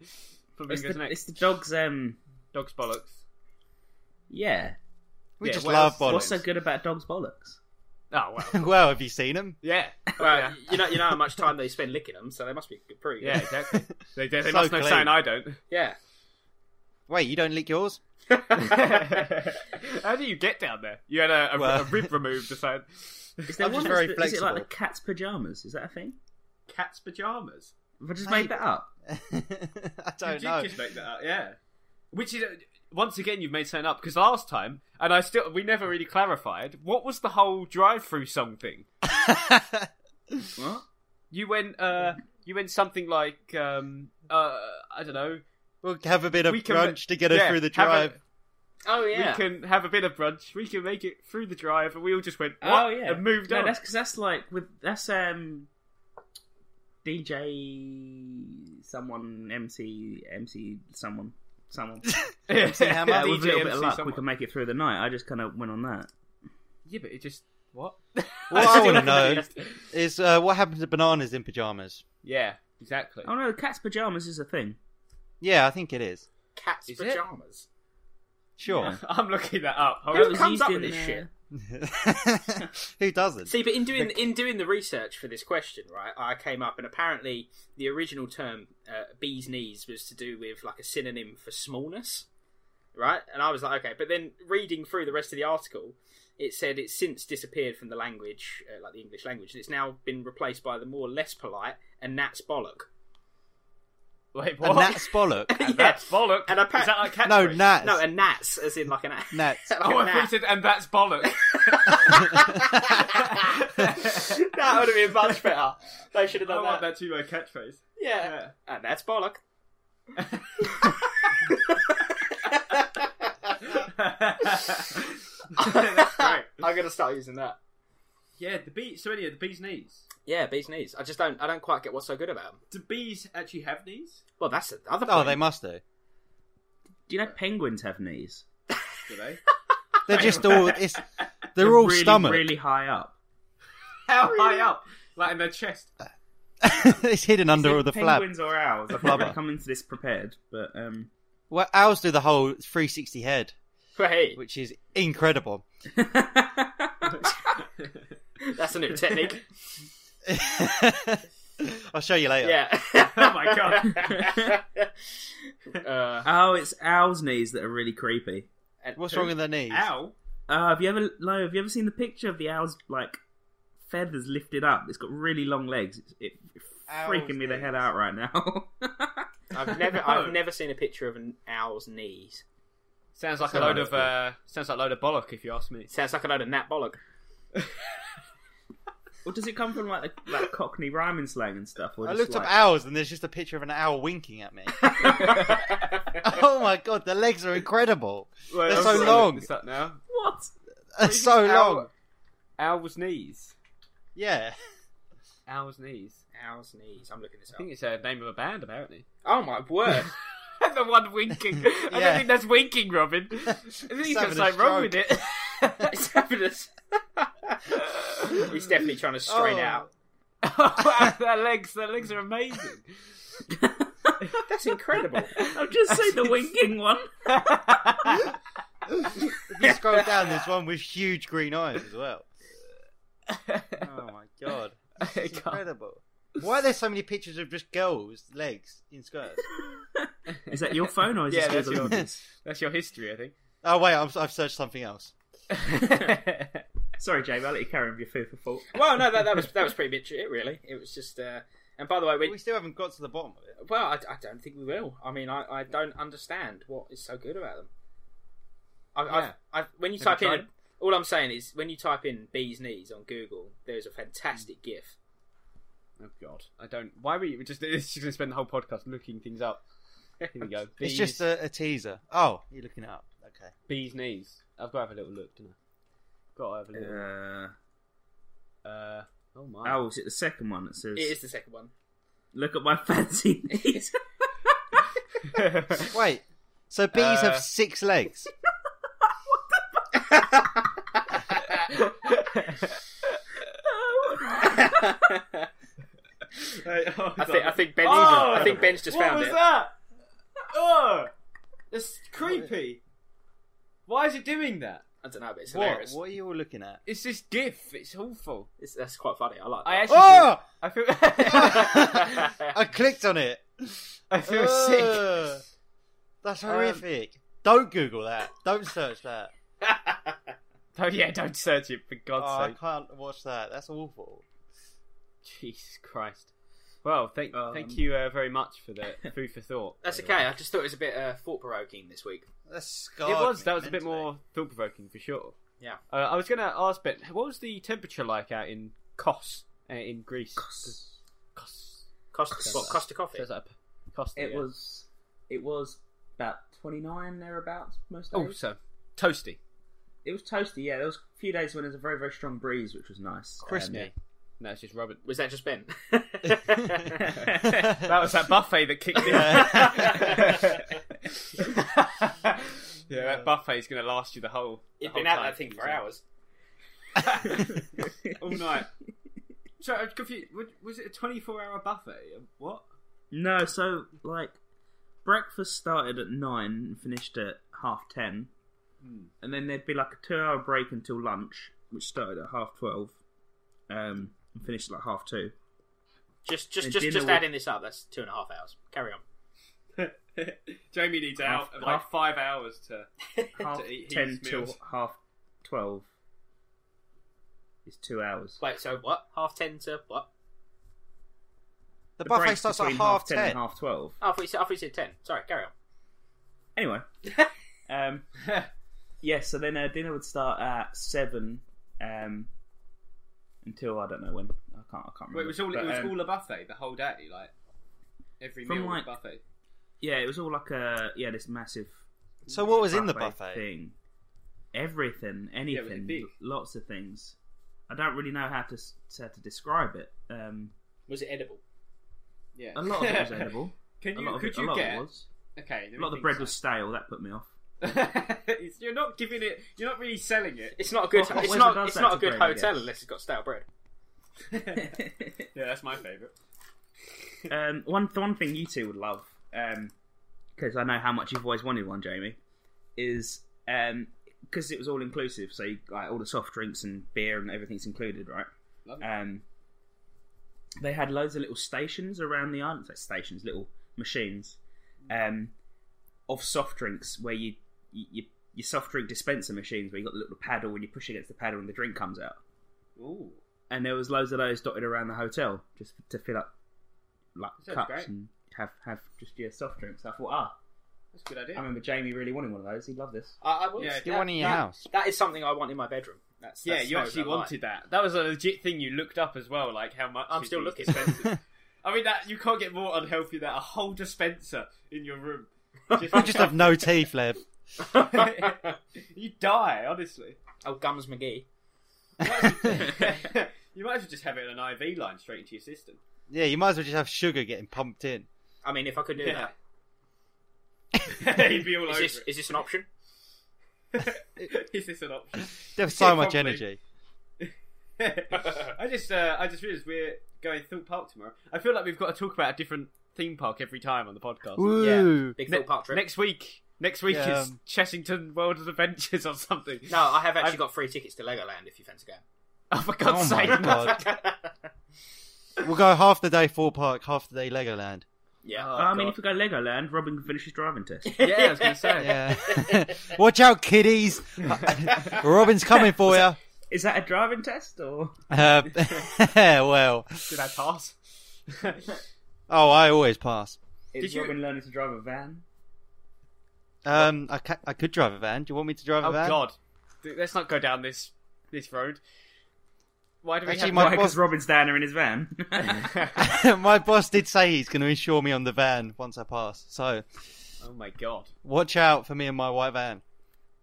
D: It's
A: Flamingo's
D: the,
A: next.
D: it's the dog's. Um,
A: Dog's bollocks.
D: yeah.
E: We
A: Yeah,
E: just
A: what
E: love
A: else-
D: What's
E: bollocks.
D: so good about dogs' bollocks?
A: Oh well.
E: <laughs> well, have you seen them?
A: Yeah.
C: well,
A: yeah.
C: you know, you know how much time they spend licking them, so they must be good- pretty.
A: Yeah,
C: Good.
A: exactly. They, they, they
E: So
A: must know
E: clean.
A: something I don't.
E: <laughs>
C: Yeah,
E: Wait, you don't lick <laughs> yours?
A: How do you get down there? You had a, a,
E: Well-
A: a rib removed or something.
D: Is there
E: I'm
D: one
E: just very
D: that's- Is it like the
E: flexible.
D: cat's pajamas? Is that a thing?
A: <laughs> Cat's pajamas.
D: Have I just
E: Maybe.
D: made that up?
E: I
A: Did
E: don't
A: you
E: know.
A: just make that up? Yeah. Which is uh, once again you've made something up because last time, and I still we never really clarified what was the whole drive-through song thing.
D: What?
A: You went, uh, you went something like, um, uh, I don't know.
E: <laughs> we'll have a bit of
A: We can-
E: brunch to get us
A: yeah,
E: through the
A: have a- <laughs>
E: drive.
C: Oh yeah.
A: We can have a bit of brunch. We can make it through the drive, and we all just went, what?
D: Oh yeah,
A: and moved
D: no,
A: on. <laughs>
D: That's because that's like with that's um DJ someone MC MC someone
E: <laughs>
D: someone.
E: See how much-
A: <laughs>
D: Uh, with a little bit of
A: MC
D: luck, we
A: someone.
D: can make it through the night. I just kind of went on that.
A: Yeah, but it just what?
E: What I want to know is uh, what happened to bananas in pajamas?
A: Yeah, exactly.
D: Oh no, cat's pajamas is a thing.
E: Yeah, I think it is.
C: Cat's
A: Is it?
C: pajamas.
E: Sure.
A: I'm looking that up.
D: <laughs>
A: Hold
D: That
A: on.
D: was
C: comes
D: used
C: up
D: in,
C: with this
D: uh,
C: shit?
E: <laughs> Who doesn't?
C: See, but in doing in doing the research for this question, right, I came up and apparently the original term uh, "bee's knees" was to do with like a synonym for smallness, right? And I was like, okay, but then reading through the rest of the article, it said it's since disappeared from the language, uh, like the English language, and it's now been replaced by the more less polite and Nat's bollock.
A: Wait,
E: and
A: what? <laughs>
E: that's bollock.
A: And
C: <laughs> Yeah.
A: that's bollock.
C: And appa-
A: Is that
C: <laughs>
A: like
E: No,
A: catchphrase?
E: gnats.
C: No, and Nats, as in like an a-
A: <laughs>
E: Gnats.
C: <laughs> like a
A: Oh, I thought
C: gnat.
A: you said, and that's bollock.
C: that would have been much better. They should have
A: I
C: done
A: want
C: that.
A: that to be my catchphrase. <laughs>
C: Yeah.
A: Yeah.
C: and that's bollock.
A: That's great.
C: <laughs> I'm gonna start using that.
A: Yeah, the bee. So anyway, the bee's knees.
C: Yeah, bees knees. I just don't. I don't quite get what's so good about them.
A: Do bees actually have knees?
C: Well, that's the other.
E: Oh,
C: Point.
E: they must
D: <laughs>
E: do.
D: Do you know penguins have knees?
A: Do they?
E: They're just all. It's, they're, all
D: really,
E: stomach.
D: really high up.
A: How high up? Like in their chest.
E: <laughs> it's hidden under all the flap.
D: penguins or owls? I've
E: flubber.
D: never come into this prepared, but
A: <laughs>
D: um, <laughs>
E: Well, ours do the whole 360 head,
C: Hey,
E: which is incredible.
C: that's a
E: <laughs>
C: new technique.
E: I'll show you later.
C: yeah. <laughs>
A: Oh my god.
C: uh,
D: oh, it's owls' knees that are really creepy.
C: and-
E: What's wrong with their knees?
A: Ow.
D: Uh, have you ever no? Have you ever seen the picture of the owl's like feathers lifted up? It's got really long legs. It's it, it's
E: Owl's
D: freaking me the
E: knees.
D: hell out right now. <laughs>
C: I've never.
A: <laughs> No.
C: <laughs> I've never seen a picture of an owl's knees.
A: Sounds like a load of uh, sounds like a load of bollock if you ask me.
C: Sounds like a load of Nat bollock.
D: or does it come from like the, like Cockney rhyming slang and stuff? Or
E: I
D: just,
E: looked
D: like-
E: up owls and there's just a picture of an owl winking at me. <laughs> oh my god, the legs are incredible.
A: Wait,
E: They're
A: I'm
E: so
A: sorry,
E: long.
A: Is that now?
D: What?
E: <laughs> They're so
A: Owl-
E: long.
A: Owl's knees.
E: Yeah.
A: Owl's knees.
C: Owl's knees. I'm looking this
A: I
C: up.
A: think it's a name of a band apparently.
C: Oh my word!
A: <laughs> the one winking. I don't
E: Yeah.
A: think that's winking, Robin. <laughs> I think
E: He's
A: you've got
E: having a
A: something wrong with it.
C: it's fabulous. <laughs> He's definitely trying to strain
E: Oh.
C: out.
A: wow, <laughs> their legs, their legs are <laughs> amazing.
E: <laughs>
C: That's incredible.
D: I've just seen the winking one.
E: If you scroll down, there's one with huge green eyes as well. Oh my god. It's incredible. Why are there so many pictures of just girls' legs in skirts?
D: Is that your phone or is
A: Yeah,
D: it
A: that's
D: still the
A: yours.
D: longest?
A: That's your history, I <laughs> think.
E: Oh wait, I'm, I've searched something else.
D: Sorry, James. I'll let you carry on with your food for fault.
C: well, no, that, that was that was pretty much it, really. It was just. Uh, and by the way, we,
E: We still haven't got to the bottom of it.
C: well, I, I don't think we will. I mean, I, I don't understand what is so good about them. I,
A: Yeah.
C: I, I, when you
A: Have
C: type
A: you
C: in,
A: tried?
C: all I'm saying is when you type in bees knees on Google, there's a fantastic GIF.
A: oh god, I don't. Why were you we're just? It's just gonna spend the whole podcast looking things up. Here we <laughs> go. Bees,
E: It's just a, a teaser. Oh, you're looking it up. Okay.
A: bees knees. I've got to have a little look, don't I? Got to have a little.
D: Uh,
A: Uh,
C: Oh my!
D: Oh, is it the second one that says,
C: It is the second one. <laughs>
D: "Look at my
E: <laughs>
D: fancy knees"?
A: <laughs>
E: Wait, so bees
A: Uh,
E: have six <laughs> legs?
C: I think I think Ben.
A: Oh!
C: I think Ben's just
A: what
C: found
A: was
C: it.
A: that? Oh, it's creepy. Why is it doing that?
C: I don't know, but it's
E: What?
C: hilarious.
E: What are you all looking at?
A: It's this GIF. It's awful.
C: It's, that's quite funny. I like
A: I
C: that.
A: actually, feel,
E: Oh!
A: <laughs> I feel,
E: <laughs> I clicked on it.
A: I feel
D: Uh.
A: sick.
E: Ugh. That's horrific. Don't Google that. Don't search <laughs> that.
A: Oh yeah, don't search it for
E: Oh, I
A: God's sake.
E: can't watch that. That's awful.
A: Jesus Christ. Well, thank
D: Um,
A: thank you uh, very much for the
C: <laughs>
A: food for thought.
C: That's okay. I just thought it was a bit uh, thought provoking this week.
E: That's
D: Oh,
A: It was that was a bit
E: <laughs>
A: more <laughs> thought provoking for sure.
C: Yeah.
A: Uh, I was going to ask Ben, what was the temperature like out in Kos uh, in Greece? Kos.
C: Cost, what, cost of coffee.
A: Says that Kos.
D: It
A: yeah.
D: was. It was about twenty nine thereabouts most days.
A: Oh, so toasty.
D: It was toasty. Yeah, there was a few days when there was a very very strong breeze, which was nice.
E: Crispy.
D: Um,
A: No, it's just Robin. <laughs>
C: Was that just <laughs> Ben?
A: That was that buffet that kicked in. <laughs>
E: <laughs>
A: yeah, that buffet's going to last you the whole. the
C: He'd
A: whole
C: been out
A: time.
C: that thing for hours.
A: <laughs> all night. So I'm confused. Was- Was it a 24-hour buffet? Um, What?
D: no, so like breakfast started at nine and finished at half ten, and then there'd be like a two hour break until lunch, which started at half twelve, um, and finished at like half two.
C: Just, just,
D: And
C: just,
D: dinner
C: just
D: with-
C: adding this up. That's two and a half hours. Carry on.
A: <laughs> Jamie needs
D: Half-
A: out of like
D: half-
A: five hours to.
D: Half
A: eat his
D: ten till
A: meals.
D: half twelve is two hours.
C: Wait, so what? Half ten to what?
E: The
D: The
E: buffet
D: break
E: starts at
D: between
E: half
D: ten,
E: ten.
D: and half twelve.
C: Oh, I thought you said, I thought you said ten. Sorry, carry on.
D: Anyway, um, yeah. So then uh, dinner would start at seven um, until I don't know when. I can't. I can't remember.
A: Well, it was all.
D: But,
A: it was
D: um,
A: all a buffet the whole day, like every
D: From,
A: meal was
D: like-
A: buffet.
D: Yeah, it was all like a yeah this massive.
E: So what was in the buffet?
D: thing? Everything,
A: it
D: anything,
A: big?
D: lots of things. I don't really know how to s- how to describe it. Um,
C: Was it edible?
A: Yeah,
D: a lot
A: <laughs>
D: of it was edible.
A: Can
D: a
A: you?
D: lot of
A: could
D: it, a
A: you
D: lot of it
A: get?
D: was.
A: Okay,
D: A lot of the bread was stale. That put
A: <laughs>
D: me off.
A: was. <laughs> you're not giving it. You're not really selling it.
C: It's not a good.
D: Well,
C: it's
D: Wizard
C: not.
D: does
C: It's
D: that
C: not a
D: to
C: good
D: bread, I
C: hotel
D: guess.
C: unless it's got stale bread.
D: <laughs>
A: Yeah, that's my favourite.
D: um, one one thing you two would love, because I know how much you've always wanted one, Jamie, is because it was all inclusive, so you, like all the soft drinks and beer and everything's included, right?
A: Lovely.
D: Um, they had loads of little stations around the island, like stations, little machines, um, of soft drinks where you, you, you your soft drink dispenser machines where you got the little paddle and you push against the paddle and the drink comes out
A: Ooh,
D: and there was loads of those dotted around the hotel just to fill up like
A: Sounds
D: cups
A: great.
D: and have have just yeah soft drinks. I thought ah,
A: that's a good idea.
D: I remember Jamie really wanting one of those. He'd love this.
C: I, I was,
A: Yeah,
E: You want in your
C: that-
E: house?
C: That is something I want in my bedroom. That's,
A: yeah,
C: that's
A: you
C: no
A: actually
C: lie. <laughs>
A: wanted that. That was a legit thing you looked up as well, like how much.
C: I'm
A: it
C: still
A: is
C: looking.
A: <laughs>
E: <laughs>
A: expensive. I mean, that you can't get more unhealthy than a whole dispenser in your room.
E: I just have no teeth left.
A: <laughs> you die, honestly.
C: Oh, Gums McGee.
A: you might as well just have it in an IV line straight into your system.
E: Yeah, you might as well just have sugar getting pumped in.
C: I mean, if I could do
A: Yeah. <laughs>
C: that,
A: You'd be all
C: is
A: over
C: this
A: it.
C: is this an option?
A: <laughs> Is this an option?
E: There's so
A: Yeah,
E: much
A: probably.
E: energy.
A: I just, uh, I just realised we're going Thought Park tomorrow. I feel like we've got to talk about a different theme park every time on the podcast.
E: Woo!
C: Big
A: Ne-
C: Phil Park trip.
A: Next week, next week
E: Yeah,
A: is
E: um,
A: Chessington World of Adventures or something.
C: No, I have actually
A: I've-
C: got free tickets to Legoland if you fancy going.
A: <laughs> oh, <laughs> for
E: Oh
A: God's
E: my
A: sake! <laughs>
E: god. We'll go half the day Four Park, half the
A: <laughs>
E: day Legoland.
C: Yeah.
A: Oh,
D: I mean,
A: God.
D: if we go Legoland, Robin can finish his driving test.
A: <laughs> yeah, I was going to say.
E: Yeah. <laughs> Watch out, kiddies! <laughs> Robin's coming for you.
D: Is that a driving test or?
E: Uh, <laughs> well,
A: Did I <laughs> pass?
E: oh, I always pass.
D: Is
A: you-
D: Robin learning to drive a van?
E: Um, I, ca- I could drive a van. Do you want me to drive
A: Oh
E: a van?
A: God! Th- Let's not go down this this road. Why do we
E: Actually,
A: have
E: my
D: Why?
E: boss-
D: Because Robin's down there in
A: <laughs>
D: his van. <laughs>
E: <laughs> My boss did say he's going to insure me on the van once I pass. So
A: Oh my God! <laughs>
E: watch out for me and my white van.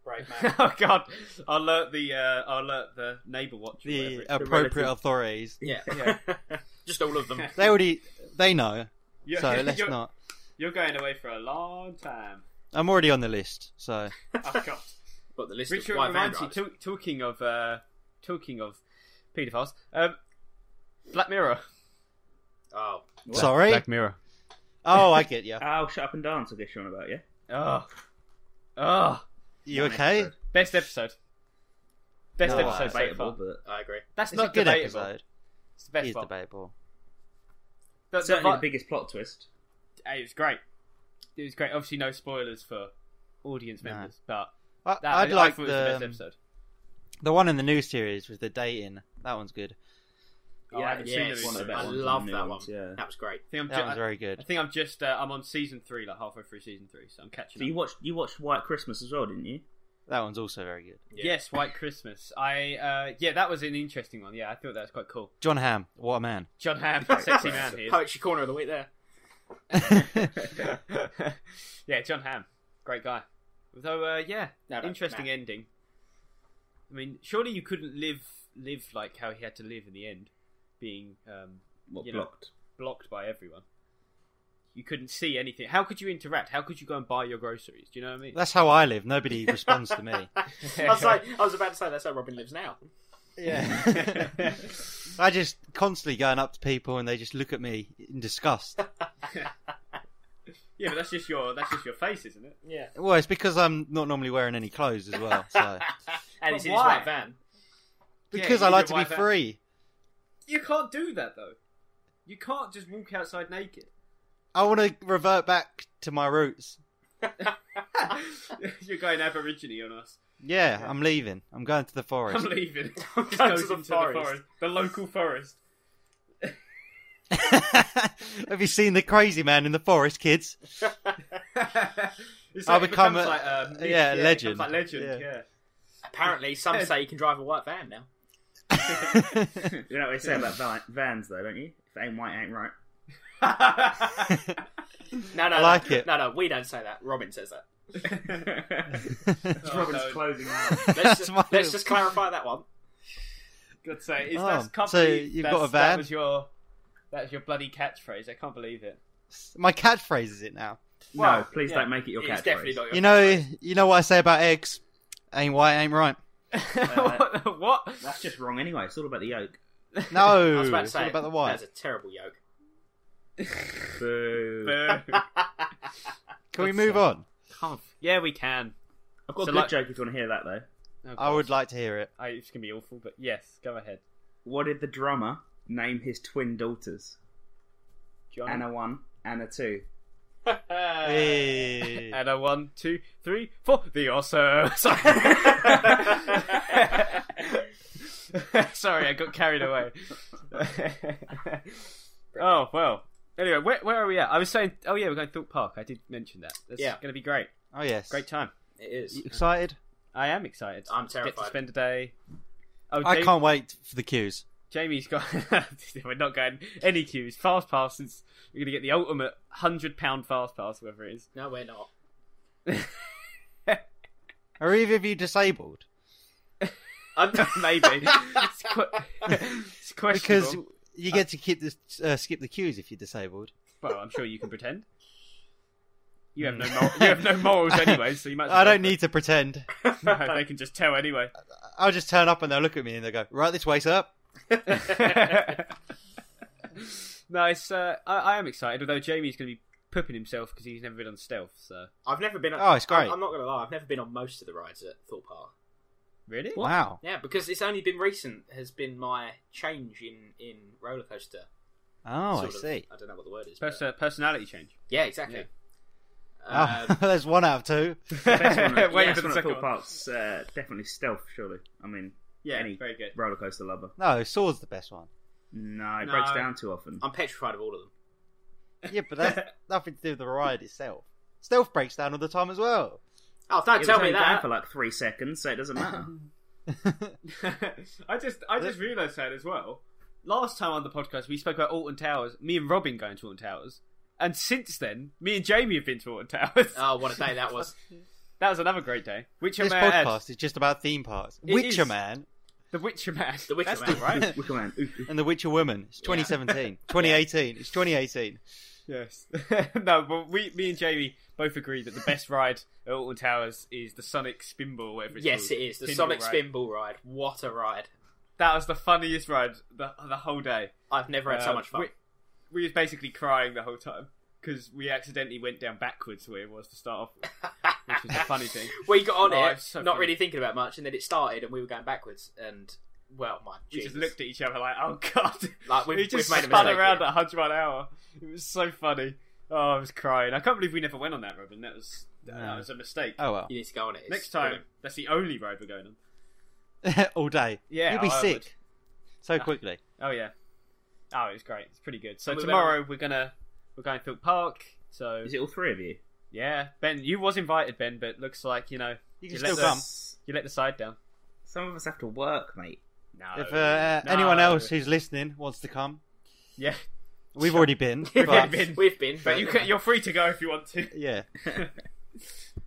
C: brave man.
A: oh god, I'll alert the uh, I'll alert the neighbour watch. or whatever
E: The
A: it is.
E: appropriate
D: relative-
E: authorities.
C: <laughs> Yeah.
A: Yeah.
C: <laughs> Just all
A: <laughs>
C: of them.
E: They already they know,
A: You're- <laughs>
E: so Oh, let's
A: you're,
E: not.
A: You're going away for a long time.
E: I'm already on the list, so
A: Oh god.
C: But the list
A: Richard
C: of white van
A: reminds you.
C: drivers.
A: T- talking of uh, talking of paedophiles. Um, Black Mirror.
C: Oh,
E: sorry.
A: Mirror.
E: Oh, I
A: <laughs>
E: get you.
D: Oh, shut up and dance. I guess you're on about yeah.
A: Oh, oh,
E: You okay?
A: best episode. Best
E: No,
A: episode Oh, so
D: debatable,
A: far.
D: but
C: I agree.
A: That's
E: It's
A: not
E: a good
A: debatable.
E: episode.
A: It's the best
E: It is
A: one.
E: debatable.
A: The- the
D: certainly
A: vi-
D: the biggest plot twist.
A: Hey, it was great. It was great. Obviously, no spoilers for audience
E: No.
A: members, but
E: I,
A: that,
E: I'd
A: I- I
E: like
A: thought it was the best
E: the, um,
A: episode.
E: the one in the new series with the dating. That one's good.
A: Oh, I haven't seen
C: yes.
A: it. One of the
D: better
C: I
D: ones,
C: love
D: the new
C: that one.
D: ones, yeah.
C: That was great.
A: I think I'm,
E: That one's
A: ju- I,
E: very good.
A: I think I'm just uh, I'm on season three, like halfway through season three, so I'm catching
D: So you
A: up.
D: watched you watched White Christmas as well, didn't you?
E: That one's also very good.
A: Yes, White Christmas. I uh, yeah, that was an interesting one. Yeah, I thought that was quite cool.
E: John Hamm, what
A: <laughs>
E: a man. <laughs>
A: John Hamm, sexy man here.
C: Poetry corner of the week there.
A: <laughs> yeah, John Hamm, great guy. Although, uh, yeah,
C: No, no,
A: interesting
C: no.
A: ending. I mean, surely you couldn't live live like how he had to live in the end, being um,
D: What
A: You know. <laughs>
D: blocked?
A: blocked by everyone. You couldn't see anything. How could you interact? How could you go and buy your groceries? Do you know what I mean?
E: That's how I
A: <laughs>
E: live. Nobody responds to me.
C: I was like, I was about to say that's how Robin lives now.
E: Yeah. <laughs> I just constantly going up to people and they just look at me in disgust.
A: yeah, but that's just your that's just your face, isn't it?
C: Yeah.
E: Well, it's because I'm not normally wearing any clothes as well.
C: <laughs>
E: So
C: And
A: But
C: he's in his
A: why?
C: white van.
E: because
A: you
E: I
A: need
E: like
A: to
E: to be
A: wipe out-
E: free.
A: You can't do that though. You can't just walk outside naked. <laughs>
E: I want to revert back to my roots.
A: You're going aborigine on us.
E: Yeah, I'm leaving. I'm going to the forest.
A: I'm <laughs> leaving.
C: I'm
A: Just
C: going
A: goes
C: to the
A: into
C: forest.
A: the local forest.
E: <laughs> Have you seen the crazy man in the forest,
C: <laughs>
E: kids?
A: <laughs>
E: <laughs>
A: It's
E: I'll
A: it
E: become
A: becomes
E: a-
A: like, uh,
E: yeah,
A: myth, it
E: legend.
A: becomes Like legend,
E: Yeah.
A: yeah.
C: Apparently, some say you can drive a white van now.
D: You know what they say about van- vans, though, don't you? If ain't white, ain't right.
E: <laughs>
C: No,
E: I
C: no, no.
E: like it.
C: No, no, we don't say that. Robin says
E: <laughs>
C: that.
A: <laughs>
E: That's
A: Oh, no.
D: closing out.
C: Let's just,
E: my
C: let's
E: little-
C: just clarify that one.
A: Good say. It's,
E: Oh,
A: that's
E: so
A: company-
E: you've
A: that's-
E: got a
A: That
E: van?
A: was your, that was your bloody catchphrase. I can't believe <laughs> it.
E: my catchphrase is it now.
D: no,
A: Well,
D: please
A: yeah.
D: don't make it your
C: It's
D: catchphrase.
C: definitely not your
E: You know, you know what I say about eggs? Ain't white, ain't
C: <laughs>
E: right.
A: Uh, what? what?
D: That's just wrong anyway. It's all about the yolk.
E: No,
C: I was about to
E: it's
C: say
E: all about the white.
C: That's a terrible yoke.
D: Boo.
A: <laughs> Boo.
E: Can we move on?
A: yeah, we can.
D: I've got a
A: So
D: good
A: like-
D: joke if you want to hear that though.
A: Oh,
E: I
A: God.
E: would like to hear it.
A: I, it's gonna be awful, but yes, go ahead.
D: What did the drummer name his twin daughters?
A: John.
D: Anna one, Anna two.
C: Uh,
A: Uh,
E: Hey.
A: And a one, two, three, four. The <laughs> Ossers. Sorry, I got carried away. <laughs> oh well. Anyway, where, where are we at? I was saying. Oh yeah, we're going to Thorpe Park. I did mention that. That's
C: Yeah.
A: going to be great.
E: Oh yes,
A: Great time.
C: It is.
E: You excited?
A: I am excited.
C: I'm
A: Get to
C: terrified.
A: spend a day. Oh,
E: I
A: Jamie-
E: can't wait for the cues.
A: Jamie's got. <laughs> we're not going any queues. Fast pass. Since we're going to get the ultimate hundred pound fast pass, whatever it is.
C: No, we're not.
E: Are either of you disabled?
A: <laughs> I'm, maybe it's, que- <laughs> it's questionable.
E: Because you get to keep the uh, skip the cues if you're disabled.
A: Well, I'm sure you can pretend. You have no mor- you have no morals anyway, so you might. as well
E: Mm. I
A: go
E: don't
A: for
E: need to pretend.
A: it. <laughs> No, they can just tell anyway. <laughs>
E: I'll just turn up and they'll look at me and they'll go, "Right this way, sir."
A: no, it's. Uh, I, I am excited, although Jamie's going to be pooping himself because he's never been on stealth. So
C: I've never been. On,
E: Oh, it's great.
C: I'm, I'm not going to lie. I've never been on most of the rides at Thorpe Park.
A: really,
E: Wow.
C: Yeah, because it's only been recent has been my change in in roller coaster.
E: Oh, I
C: sort of-
E: see.
C: I don't know what the word is.
A: Pers-
C: but-
A: uh, personality <laughs> change.
C: yeah, exactly.
E: Oh, <laughs>
C: Um,
E: there's one out of two.
D: Best one.
A: Waiting
D: at-
A: for the
D: best one
A: second
D: at Thorpe
A: one.
D: Park's uh, definitely stealth. Surely. I mean,
A: Yeah,
D: any
A: very good.
D: roller coaster lover.
E: No, Saw's the best one.
D: No, it
A: No.
D: breaks down too often.
C: I'm petrified of all of them.
E: Yeah, but that's
A: <laughs>
E: nothing to do with the ride itself. Stealth breaks down all the time as well. <laughs>
C: Oh, don't
D: It
C: tell
D: was
C: me
D: only down
C: that.
D: for like three seconds, so it doesn't matter.
A: <laughs> I just I just realised that as well. Last time on the podcast, we spoke about Alton Towers. Me and Robin going to Alton Towers, and since then, me and Jamie have been to Alton Towers.
C: Oh, what a day that was!
A: <laughs> That was another great day. Witcher
E: This
A: Man,
E: podcast is just about theme parks. Witcher
A: is.
E: Man
A: the Witcher Man,
C: The Witcher
A: That's
C: Man, right?
D: Wicker Man. oof, oof.
E: and the Witcher Woman. It's 2017, 2018. It's 2018.
A: <laughs> Yes. <laughs> no, but we, me and Jamie both agree that the best ride at Alton Towers is the Sonic Spinball, whatever it's
C: yes, it
A: called.
C: is the
A: Pinball
C: Sonic
A: ride.
C: Spinball ride. What a ride!
A: That was the funniest ride the, the whole day.
C: I've never had so
A: Uh,
C: much fun.
A: We, we was basically crying the whole time because we accidentally went down backwards where it was to start off, with, which was the
C: <laughs>
A: funny thing.
C: We got on
A: Oh,
C: it,
A: it's so
C: not
A: funny.
C: really thinking about much, and then it started, and we were going backwards, and well, my
A: We
C: Jesus.
A: just looked at each other like, "Oh God!" <laughs>
C: Like, we've-
A: we just
C: we've made a
A: spun
C: mistake
A: around
C: here.
A: at 100 mile an hour. It was so funny. Oh, I was crying. I can't believe we never went on that, Robin. That was that
E: No.
A: was a mistake.
E: Oh well,
C: You need to go on it. It's
A: Next time,
C: brilliant.
A: that's the only ride we're going on.
E: <laughs> all day.
A: Yeah,
E: you'll be
A: I would.
E: sick so quickly.
A: Oh yeah. Oh, it was great. It's pretty good. So
C: And we went
A: tomorrow we're gonna we're going to Phil Park. So
D: Is it all three of you?
A: yeah, Ben, you was invited, Ben, but looks like you know
E: You can
A: let
E: still
A: the-
E: come.
A: you let the side down.
D: Some of us have to work, mate.
A: No.
E: If uh,
A: No.
E: anyone else who's listening wants to come,
A: <laughs> yeah,
E: we've already been.
A: We've
E: <laughs> but-
A: already been.
C: We've been,
A: but you can, you're free to go if you want to.
E: <laughs> Yeah, <laughs>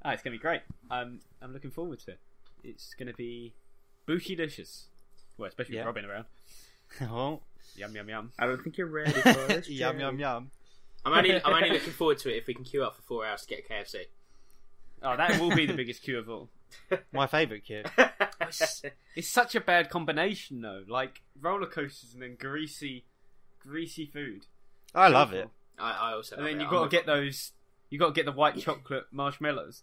A: Ah, it's gonna be great. I'm I'm looking forward to it. It's gonna be bookylicious. Well, especially
E: Yeah.
A: with Robin around.
E: well,
A: Yum yum yum.
D: I don't think you're ready
E: <laughs>
D: for this.
E: Oh. yum yum yum.
C: I'm only I'm
A: <laughs>
C: only looking forward to it if we can queue up for four hours to get KFC.
A: Oh, that will be the biggest queue of all.
E: My
A: <laughs>
E: favourite kid. <laughs>
A: It's such a bad combination though. Like roller coasters and then greasy, greasy food.
E: I love it.
C: I, I also
A: and
C: love
A: then
C: it.
A: you
C: I'm
A: got to
C: a-
A: get those. You got to get the white chocolate marshmallows.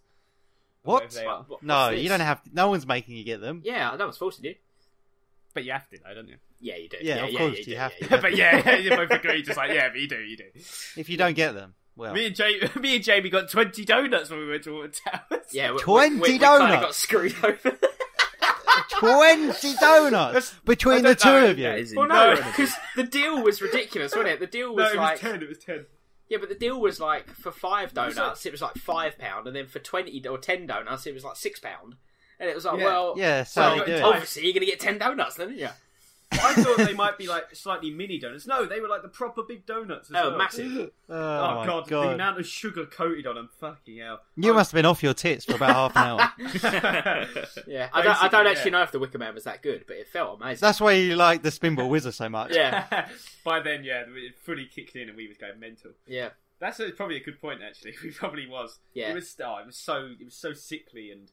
E: What?
A: Whatever they are.
C: What-
E: No,
C: what's this?
E: you don't have. No one's making you get them.
C: Yeah, that was forced to do.
A: But you have to, though,
E: <laughs>
A: don't you?
C: Yeah, you do.
E: Yeah, of course, you
C: do,
E: have
C: yeah,
E: to.
A: but <laughs> yeah, you both agree. Just like yeah, but you do, you do.
E: If you don't get them, well,
A: Me and Jamie, <laughs> me and Jamie got twenty donuts when we went to Water <laughs> Towers.
C: Yeah, we,
E: 20
C: we, we, we kinda
E: donuts.
C: got screwed
A: <laughs>
C: over.
E: twenty donuts between the
A: I don't
E: two
A: know.
E: of you.
D: That is
C: well, no,
A: No.
C: because the deal was ridiculous, wasn't it? The deal
A: no,
C: was
A: it was
C: like
A: ten. It was ten.
C: yeah, but the deal was like for five
A: was
C: donuts it was like five pound, and then for twenty or ten donuts it was like six pound, and it was like
A: Yeah.
C: well
E: Yeah, so
A: they do it.
C: obviously you're gonna get ten donuts then, yeah.
A: I thought they might be like slightly mini donuts. No, they were like the proper big donuts. As
C: Oh,
A: well.
C: massive.
E: oh,
A: Oh,
E: my
A: god,
E: god,
A: the amount of sugar coated on them. Fucking hell. <laughs>
E: you must have been off your tits for about half an hour.
C: Yeah, I don't, I don't
A: Basically,
C: actually
A: yeah.
C: know if the Wicker Man was that good, but it felt amazing.
E: That's why you like the Spinball Wizard so much.
C: <laughs>
A: <laughs>
C: yeah,
A: By then, yeah, it fully kicked in and we was going mental.
C: yeah.
A: That's a, probably a good point. Actually, <laughs> we probably was.
C: Yeah.
A: It was. Oh, it was so. It was so sickly and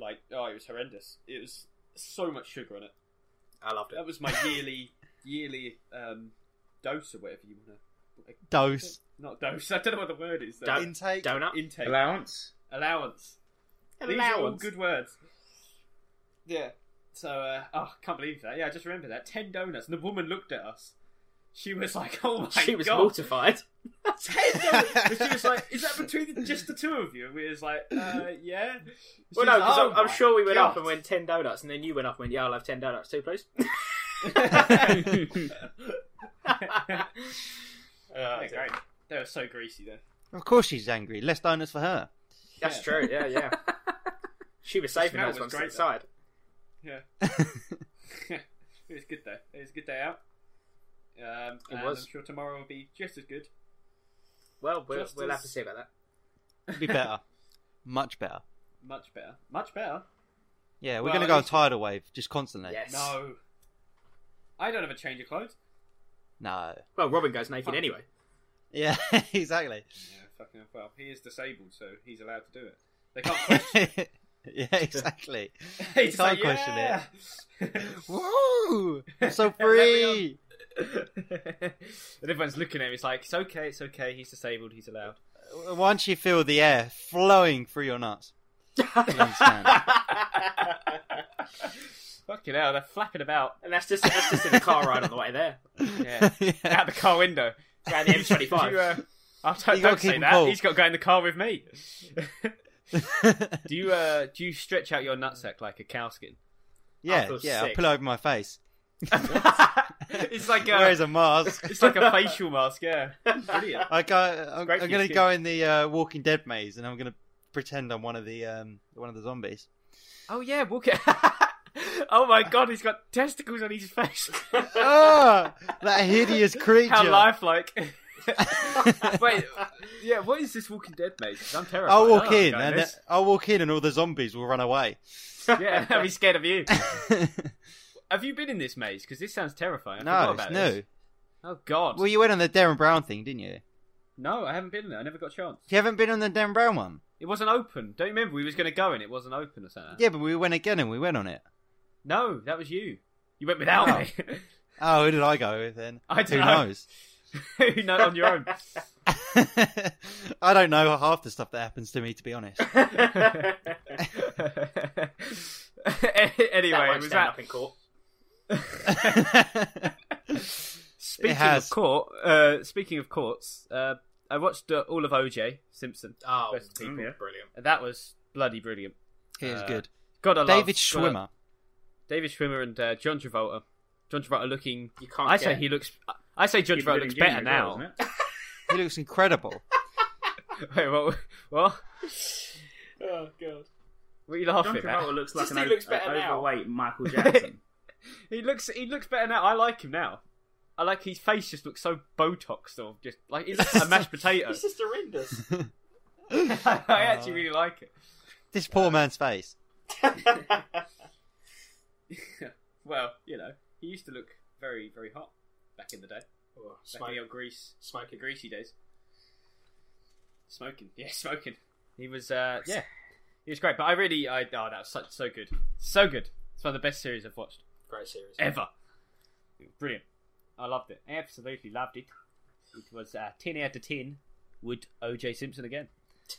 A: like. Oh, it was horrendous. It was so much sugar in it.
C: I loved it.
A: That was my yearly yearly um, dose or whatever you want
E: Dose
A: to. Not dose. <laughs> I don't know what the word is. Though.
C: Don't-
A: <laughs>
E: intake.
C: Donut.
A: Intake.
D: Allowance.
A: allowance. These are all good words. Yeah. So, uh, oh, I can't believe that. Yeah, I just remember that. Ten donuts, and the woman looked at us. She was like, <laughs> "Oh my
C: <laughs> she was
A: god!" <laughs>
C: mortified.
A: ten donuts. But she was like, "Is that between the, just the two of you?" And we was like, uh, "Yeah." She
C: <laughs>
A: was
C: Well,
A: like,
C: no, because
A: "Oh
C: I'm, I'm
A: my
C: sure we went
A: God."
C: up and went ten donuts, and then you went up and went, "Yeah, I'll have ten donuts too, please."
A: <laughs>
C: <laughs>
A: Uh, yeah, great. They were so greasy then.
E: Of course, she's angry. Less donuts for her.
C: That's true.
A: <laughs>
C: Yeah, yeah. She was saving
A: smell
C: those
A: was
C: ones
A: great,
C: inside.
A: Yeah. it was good though. It was a good day out. Um,
C: It
A: and
C: was.
A: I'm sure tomorrow will be just as good.
C: Well, we'll,
A: Just
C: we'll have
A: as-
C: to see about that.
E: Be better, <laughs> much better.
A: Much better. Much better.
E: Yeah, we're
A: Well,
E: gonna go
A: at
E: on
A: least-
E: tidal wave just constantly.
C: Yes.
A: No. I don't have a change of clothes.
E: No.
C: Well, Robin goes naked
A: Fuck.
C: anyway.
E: Yeah, <laughs> exactly.
A: Yeah, fucking hell. well. He is disabled, so he's allowed to do it. They <laughs> can't question
E: yeah, exactly.
A: it. He's
E: They
A: just like,
E: can't question
A: yeah! <laughs>
E: Woo! I'm so
A: Let me on.
E: free.
A: and everyone's looking at him. It's
C: <laughs>
A: like, it's okay, it's okay. He's disabled, he's <laughs> allowed.
E: Once you feel the air flowing through your nuts, you understand.
A: fucking hell, they're flapping about.
C: And that's just that's just in the car ride on the way there.
A: <laughs> Yeah.
E: <laughs>
A: <laughs>
E: Yeah.
A: out the car window.
C: Around the M25.
A: Do <laughs> you, uh, I don't,
E: You gotta
A: don't
E: keep
A: say
E: him
A: that.
E: cool.
A: He's got to go in the car with <laughs> me. do you uh, do you stretch out your nutsack like a <laughs> cowskin?
E: yeah,
C: feel
E: yeah. I
C: sick.
E: pull over my face.
A: it's like a
E: Wears
A: <laughs>
E: a mask.
A: it's like a facial mask. Yeah, brilliant.
E: I go. I'm,
A: great for
E: I'm
A: your
E: gonna
A: skin.
E: go in the uh, Walking Dead maze, and I'm gonna pretend I'm one of the um, one of the zombies.
A: <laughs> Oh yeah, we'll get. <laughs> oh my god, he's got testicles on his face.
E: Ah, that hideous creature.
A: How lifelike!
E: <laughs>
A: Wait, yeah, what is this Walking Dead mate? 'Cause I'm terrified. Oh,
E: I'll walk
A: I'm
E: in,
A: going
E: Oh, and
A: this.
E: I'll walk in, and all the zombies will run away.
A: <laughs> yeah, I'll be scared of you. Have you been in this maze? Because this sounds terrifying. I forgot
E: no,
A: about
E: it's
A: this.
E: new.
A: Oh God,
E: Well, you went on the Darren Brown thing, didn't you?
A: no, I haven't been in there. I never got a chance.
E: You haven't been on the Darren Brown one.
A: It wasn't open. Don't you remember we was going to go and it wasn't open or something.
E: Yeah, but we went again, and we went on it.
A: No, that was you. You went without me. <laughs>
E: Oh, who did I go with then?
A: I don't
E: who
A: know.
E: knows? <laughs>
A: <laughs> you know, on your own.
E: I don't know half the stuff that happens to me, to be
A: <laughs>
E: honest.
A: anyway,
C: That won't
A: was
C: stand
A: that
C: up in court.
A: speaking of
E: has.
A: court? Uh, speaking of courts, uh, I watched uh, all of OJ Simpson.
C: Oh,
A: Best people.
C: mm, brilliant.
A: And That was bloody brilliant.
E: He is
A: Uh,
E: good.
A: God, I love
E: David
A: gotta-
E: Schwimmer.
A: David Schwimmer and uh, John Travolta. John Travolta looking.
C: You can't
A: I say
C: get-
A: he looks. I say John Travolta looks better now.
E: He
A: <laughs>
E: looks incredible.
A: Wait, what? What?
C: Oh, God.
A: What are you
D: John
A: laughing at?
D: Travolta looks like
C: Just
D: an
C: he
D: o-
C: looks better
D: an
C: now.
D: overweight <laughs> Michael Jackson.
A: He looks. He looks better now. I like him now. I like his face. Just looks so botoxed, or just like he looks like a
D: <laughs>
A: mashed potato.
C: It's just horrendous.
A: <laughs> I actually really like it.
E: This poor man's face.
A: <laughs> Well, you know, he used to look very, very hot back in the day.
C: Oh,
A: Back in
C: smoke,
A: the old grease,
C: smoking.
A: greasy days. Smoking, <laughs> yeah, smoking. He was, uh, yeah, he was great. But I really, I oh, that was such so good, so good. It's one of the best series I've watched
C: Great series.
A: ever. It was brilliant. I loved it. Absolutely loved it. It was uh, ten out of ten. Would OJ Simpson again?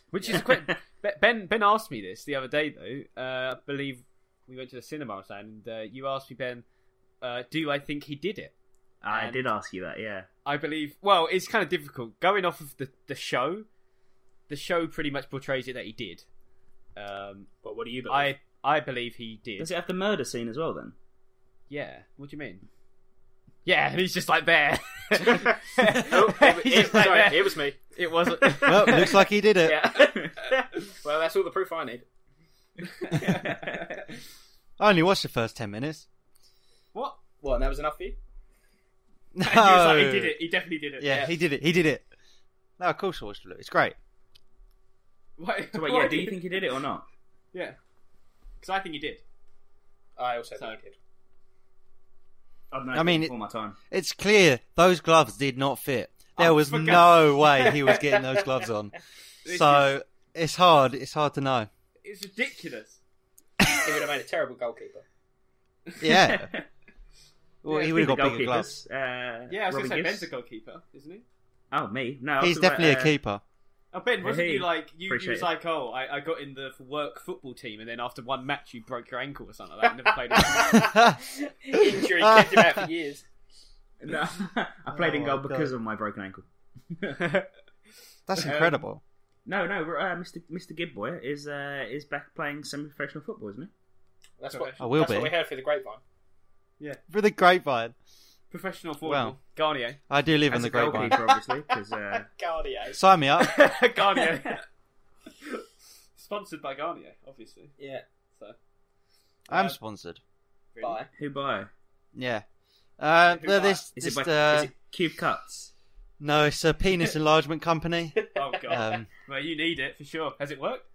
A: Which is
C: <laughs>
A: quite. Be- Ben Ben asked me this the other day though. Uh, I believe we went to the cinema or something, and uh, you asked me Ben, uh, do I think he did it?
D: I
A: And-
D: did ask you that, yeah.
A: I believe. Well, it's kind of difficult going off of the the show. The show pretty much portrays it that he did. Um,
C: But what do you believe?
A: I I believe he did.
D: Does it have the murder scene as well then?
A: Yeah. What do you mean? Yeah, and he's just like
D: <laughs>
A: there.
C: Oh, it,
A: <laughs> He's
C: it,
A: just like
C: sorry,
A: there.
C: it was me.
A: It
C: <laughs>
A: wasn't.
E: Well, looks like he did it.
C: Yeah. well, that's all the proof I need.
E: I only watched the first ten minutes.
A: what?
C: What? And that was enough for you?
A: <laughs>
E: No.
A: He, was like, he did it. He definitely did it.
E: Yeah, he did it. He did it. No, of course I watched it. It's great.
A: <laughs> Why,
D: So wait, yeah, do you think he did it or <laughs> not?
A: Yeah. Because I think he did.
C: I also
A: So-
C: think I did.
D: I've known
E: I mean,
D: all my <laughs> time.
E: It's clear those gloves did not fit. There
A: Oh,
E: was
A: for
E: no way he was getting those gloves on. So it's hard. It's hard to know.
A: It's ridiculous.
C: He would have made a terrible
A: <laughs>
C: goalkeeper.
E: Yeah. Well,
A: Yeah,
E: he
A: I
E: would have
D: The
E: got bigger gloves.
D: goalkeepers, uh,
A: Yeah, I was going
D: Robin
A: to say
D: Gibbs.
A: Ben's a goalkeeper, isn't he?
D: Oh, me? No, I was
E: He's
D: talking
E: definitely
D: about,
E: a
D: uh,
E: keeper. <laughs>
A: Oh, Ben, wasn't
D: Hey,
A: you like you, you
D: appreciate
A: was
D: it.
A: like, oh, I, I got in the work football team, and then after one match you broke your ankle or something like that. I never played. Again.
C: Injury kept him out for years.
D: uh, No, <laughs> I played
E: Oh
D: in goal
E: my
D: because
E: God.
D: of my broken ankle. <laughs>
E: That's incredible.
D: No, no, uh, Mr. Mr. Gibboy is uh, is back playing semi-professional football, isn't he?
C: That's what,
A: I
E: will
C: that's
E: be.
C: what we heard through the grapevine.
E: For the grapevine.
A: Professional football,
E: Well.
C: <laughs>
A: Garnier,
E: I do live on
D: As
E: the
D: a
E: grapevine.
D: goalkeeper, obviously, because uh,
C: Guardio.
E: Sign me up.
C: <laughs>
A: Garnier, sponsored by Garnier, obviously.
C: Yeah.
A: So
E: I'm
A: Uh,
E: sponsored.
A: really.
C: Bye.
D: who by?
E: Yeah. Uh,
A: Who
E: well, this,
D: Is
E: this,
D: it by?
E: uh,
D: Is it Cube Cuts?
E: no, it's a penis enlargement company.
A: Oh god,
C: Uh,
E: Um,
A: well you need it for sure. Has it worked?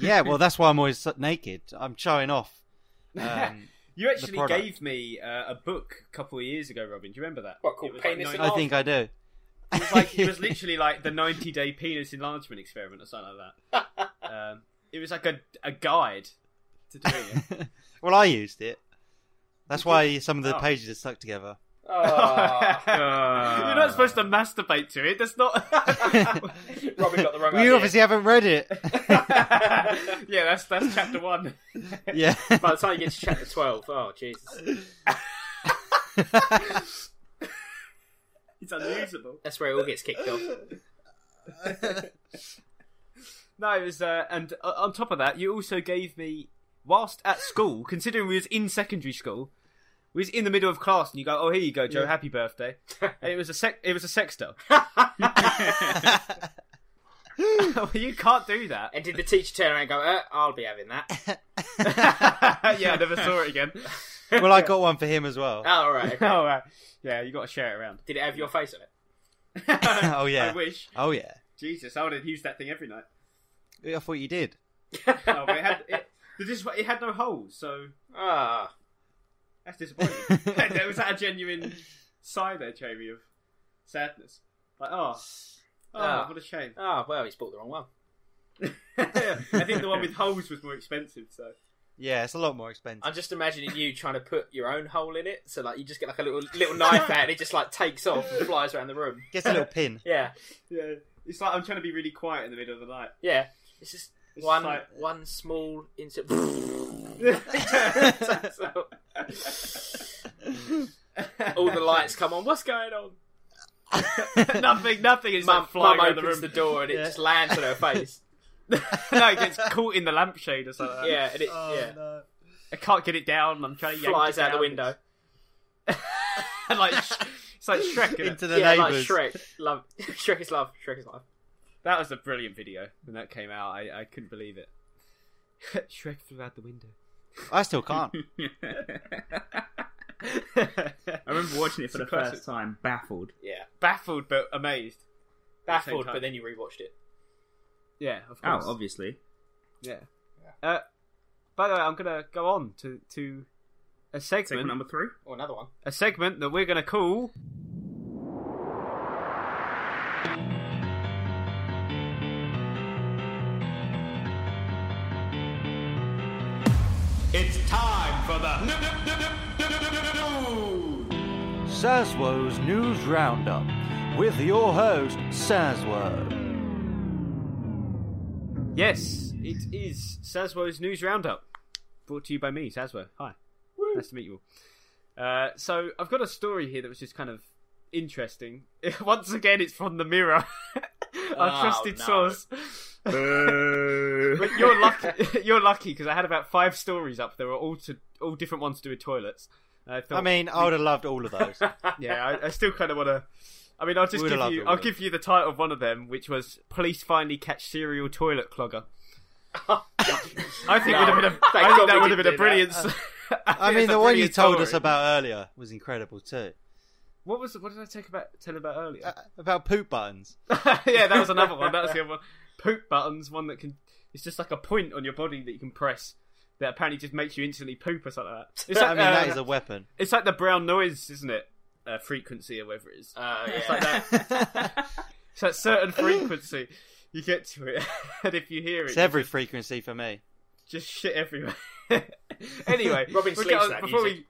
E: yeah, well, that's why I'm always so- naked. I'm showing off.
C: <laughs>
E: Um,
A: You actually
E: product.
A: gave me uh, a book a couple of years ago, Robin. Do you remember that?
C: What, called
A: It was like
C: Penis
A: 90
E: I think I do.
A: It was like it
E: <laughs>
A: was literally like the ninety day penis enlargement experiment or something like
C: <laughs>
A: that. Um, it was like a a guide to doing it.
E: well, I used it. That's why
C: <laughs>
E: some of the
A: Oh.
E: pages are stuck together.
C: Oh,
A: <laughs> You're not <laughs> supposed to masturbate to it. That's not.
C: Robin got the
E: <laughs>
C: wrong
E: You
C: idea.
E: obviously haven't read
C: <laughs>
E: it.
A: <laughs> yeah, that's that's chapter one.
E: yeah. <laughs>
C: By the time you get to chapter 12, oh, Jesus.
A: It's unusable.
C: That's where it all gets kicked off.
A: No, it was. Uh, and uh, on top of that, you also gave me whilst at school, considering we was in secondary school, we was in the middle of class, and you go, "Oh, here you go, Joe, happy <laughs> birthday." And it was a sec. It was a <laughs> sexto. you can't do <laughs> that.
C: And did the teacher turn around and go, uh, I'll be having that?
A: yeah, I never saw it <laughs> again.
E: well, I got one for him as well.
A: <laughs>
C: Oh, all right. Okay.
A: Oh, uh, yeah, you got to share it around. <laughs>
C: Did it have your face on it?
E: <laughs> oh
C: <laughs>
E: yeah.
A: I wish.
E: Oh yeah.
A: Jesus, I would have used that thing every night.
E: I thought you did.
A: Oh, but it had it, this is, it had no holes, so
C: Ah,
A: that's disappointing. <laughs> there was that a genuine sigh there, Jamie, of sadness. Like, oh, oh,
C: Ah.
A: what a shame. <laughs>
C: ah, well, he's bought the wrong one.
A: I think the one with holes was more expensive, so
E: Yeah, it's a lot more expensive.
C: I'm just imagining you trying to put your own hole in it, so like you just get like a little little knife out, and it just like takes off and flies around the room.
E: Gets a little
C: <laughs>
E: pin.
C: Yeah,
A: yeah. It's like I'm trying to be really quiet in the middle of the night.
C: yeah. It's just
A: It's
C: one
A: like-
C: one small insert. <laughs> <laughs> All
A: <laughs>
C: the lights come on. What's going on?
E: <laughs>
A: nothing, nothing is
C: Mum,
A: like flying
C: mum
A: around the
C: opens
A: room.
C: the, door and it
E: Yeah.
C: just lands on her face.
A: <laughs> no, it gets caught in the lampshade or something.
C: Yeah, and it yeah
E: Oh, no.
A: I can't get it down. I'm trying to yank
C: flies
A: it
C: out the
A: down.
C: window.
A: and <laughs> like sh- it's like Shrek. innit?
E: Into the
C: yeah,
E: neighbours.
C: like Shrek. Love <laughs> Shrek is love. Shrek is love.
A: That was a brilliant video when that came out. I, I couldn't believe it. <laughs> Shrek flew out the <laughs> window.
E: I still can't.
D: I remember watching it for
A: It's
D: the
A: a classic.
D: first time, baffled.
C: Yeah,
A: Baffled but amazed.
C: baffled,
A: time.
C: but then you rewatched it.
A: Yeah, of
D: Oh,
A: course.
D: obviously.
A: yeah. Uh, by the way, I'm gonna go on to to a segment,
D: Segment number three.
C: Or another one.
A: a segment that we're gonna call.
E: Saswo's News Roundup with your host, Saswo.
A: Yes, it is Saswo's news roundup, brought to you by me, Saswo. Hi, nice to meet you all. Uh, so I've got a story here that was just kind of interesting. <laughs> Once again, it's from the Mirror, <laughs> our
C: Oh,
A: trusted
C: no. <laughs>
A: source.
D: <laughs>
A: But you're lucky. <laughs> You're lucky because I had about five stories up. There were all to all different ones to do with toilets. Uh, I, thought,
E: I mean, I would have loved all
A: <laughs>
E: of those.
A: yeah, I, I still kind of want to. I mean, I'll just
E: Would've
A: give
E: loved
A: you.
E: all
A: I'll
E: of them.
A: give you the title of one of them, which was "Police Finally Catch Serial Toilet <laughs> Clogger." I think
C: No.
A: would have been. A,
C: Thank
A: I think
C: God
A: that
C: we
A: would have
C: didn't
A: been a
C: do
A: brilliant.
C: that.
E: Uh,
A: <laughs>
E: I mean, the one you told us about earlier was incredible too.
A: What was? What did I take about? Tell about earlier?
E: Uh, about poop buttons.
A: <laughs> yeah, that was another one. <laughs> That was the other one. Poop buttons, one that can. It's just like a point on your body that you can press that apparently just makes you instantly poop or something like that. It's
E: <laughs> I
A: like,
E: mean,
A: uh,
E: that is
A: <laughs>
E: a weapon.
A: it's like the brown noise, isn't it? Uh, frequency or whatever it is.
C: Uh, yeah.
A: <laughs> It's that certain frequency. You get to it, <laughs> and if you hear it,
E: it's every frequency for me.
A: just shit everywhere. <laughs> anyway,
C: Robin
A: we'll
C: sleeps
A: get
C: to that music.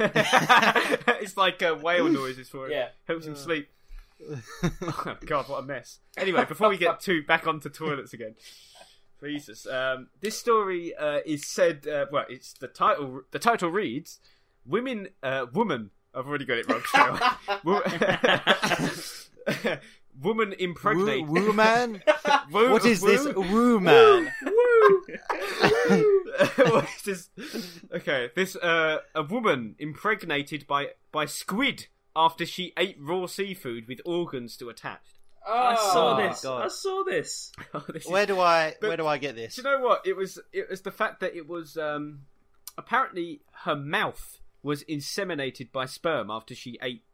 A: we... <laughs> it's like uh, whale noises for him.
C: <laughs> Yeah.
A: helps him sleep. <laughs> Oh, God, what a mess. Anyway, before we
C: <laughs>
A: get too back onto toilets again, Jesus, um, this story uh, is said. Uh, well, it's the title. The title reads, "Women, uh, woman." I've already got it wrong.
C: <laughs>
A: Straight away. Wo- <laughs> woman
E: Woo,
A: impregnate.
E: woo man?
A: <laughs> Woo-
E: What is this
A: woo-
E: woo man?
A: Woo! <laughs> What is this? Okay, this uh, a woman impregnated by by squid after she ate raw seafood with organs to <laughs> attached.
D: I saw
E: Oh,
D: this.
E: God.
D: I saw this.
A: Oh, this is-
E: Where do I
A: But-
E: where do I get this?
A: Do you know what? It was it was the fact that it was um, apparently her mouth was inseminated by sperm after she ate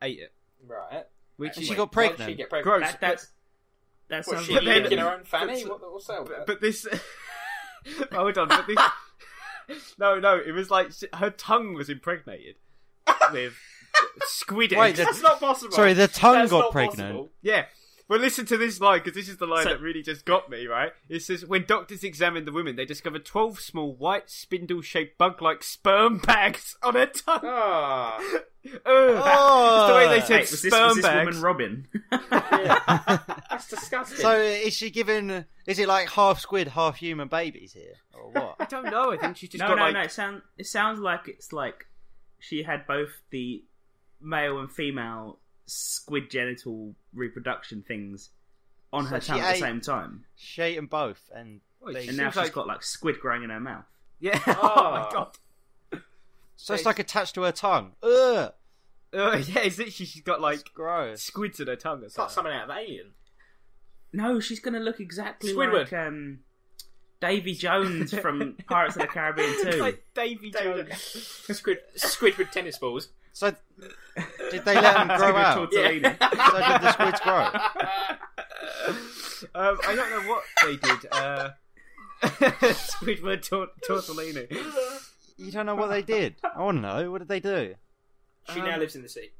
A: ate it,
C: Right.
A: which
E: And
A: is
E: she got
C: Why did
E: pregnant.
C: She get pregnant.
A: gross.
D: That, that's that
C: Was
D: sounds
C: she
A: But then-
C: licking
D: illegal.
C: her own fanny?
A: but-
C: What, what's that? all
A: but,
C: about?
A: but this. <laughs> Hold on, but this. no, no, it was like she- her tongue was impregnated with squid <laughs>
E: Wait,
A: eggs.
E: that's-
C: It's not possible.
E: Sorry, the tongue
C: That's
E: got
C: not
E: pregnant. <laughs>
C: possible.
A: Yeah. Well, listen to this line because this is the line
D: So-
A: that really just got me, right? It says When doctors examined the women, they discovered 12 small white spindle shaped bug like sperm bags on her tongue.
C: Ah,
A: Ugh.
E: Oh.
A: That's the way they said
D: Wait, was this,
A: sperm
D: was this
A: bags.
D: woman Robin? <laughs>
C: yeah. that's disgusting.
E: Oh. So is she given? Is it like half squid, half human babies here, or
A: I
E: what?
A: <laughs> don't know. I think she's just
D: no,
A: got
D: no,
A: like.
D: no. It, sound, it sounds like it's like she had both the male and female squid genital reproduction things on her
E: she
D: tongue at the
E: ate-
D: same time,
E: she ate 'em both, and
A: Oh, it
E: And
D: and now
A: seems
D: she's
A: like-
D: got like squid growing in her mouth.
A: Yeah. <laughs> Oh, my God.
E: so it's like attached to her tongue. Ugh,
A: Ugh, yeah, it's literally she's got like
E: gross.
A: squids in her tongue or
C: it's like
A: something.
C: something out of Alien.
D: No, she's going to look exactly
C: Squidward.
D: like um, Davy Jones <laughs> from Pirates of the Caribbean 2.
A: It's like Davy
C: <laughs> Davy
A: Jones.
C: Squid, squid with tennis balls.
E: So, did they let them grow
A: Like a
E: out?
A: tortellini.
E: So did the squids grow?
A: um, I don't know what they did. Uh, <laughs> Squidward tor- tortellini. <laughs>
E: You don't know what they did. I want to know. What did they do?
C: She now lives in the sea.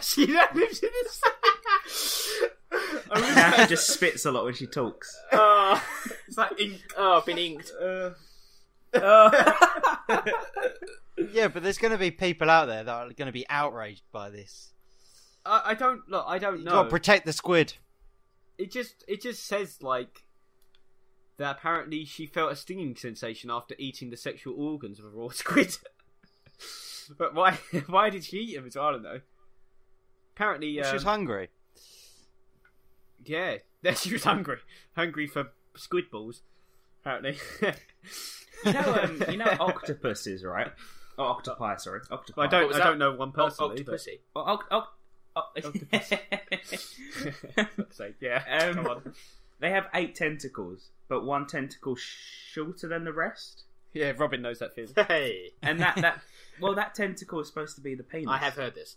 A: she now lives in
E: <laughs>
A: the sea. I
D: <laughs>
A: was
D: Now she
A: like,
D: just spits a lot when she talks.
C: Oh,
A: it's like ink.
C: oh I've been inked.
A: Uh,
E: Yeah, but there's going to be people out there that are going to be outraged by this.
A: I, I don't look. I don't
E: You got
A: know.
E: to protect the squid.
A: it just it just says like that. Apparently, she felt a stinging sensation after eating the sexual organs of a raw <laughs> squid. but why? <laughs> Why did she eat them? As well? I don't know. Apparently,
E: She
A: um,
E: was hungry.
A: Yeah, <laughs> she was hungry. Hungry for squid balls, apparently.
D: You know, <laughs> um, you know octopuses, right? Oh, octopi, sorry. Octopi.
A: I don't.
C: was
A: I
C: that?
A: don't know one personally. but-
C: Octopussy.
D: Oh, oct- oct- <laughs>
A: <laughs>
D: oct-
A: Fuck's sake, yeah.
D: <laughs>
A: Come on.
D: um, they have eight tentacles, but one tentacle shorter than the rest.
A: Yeah, Robin knows that
C: <laughs>
A: feeling.
C: Hey,
D: And that, <laughs> that well, that tentacle is supposed to be the penis.
C: I have heard this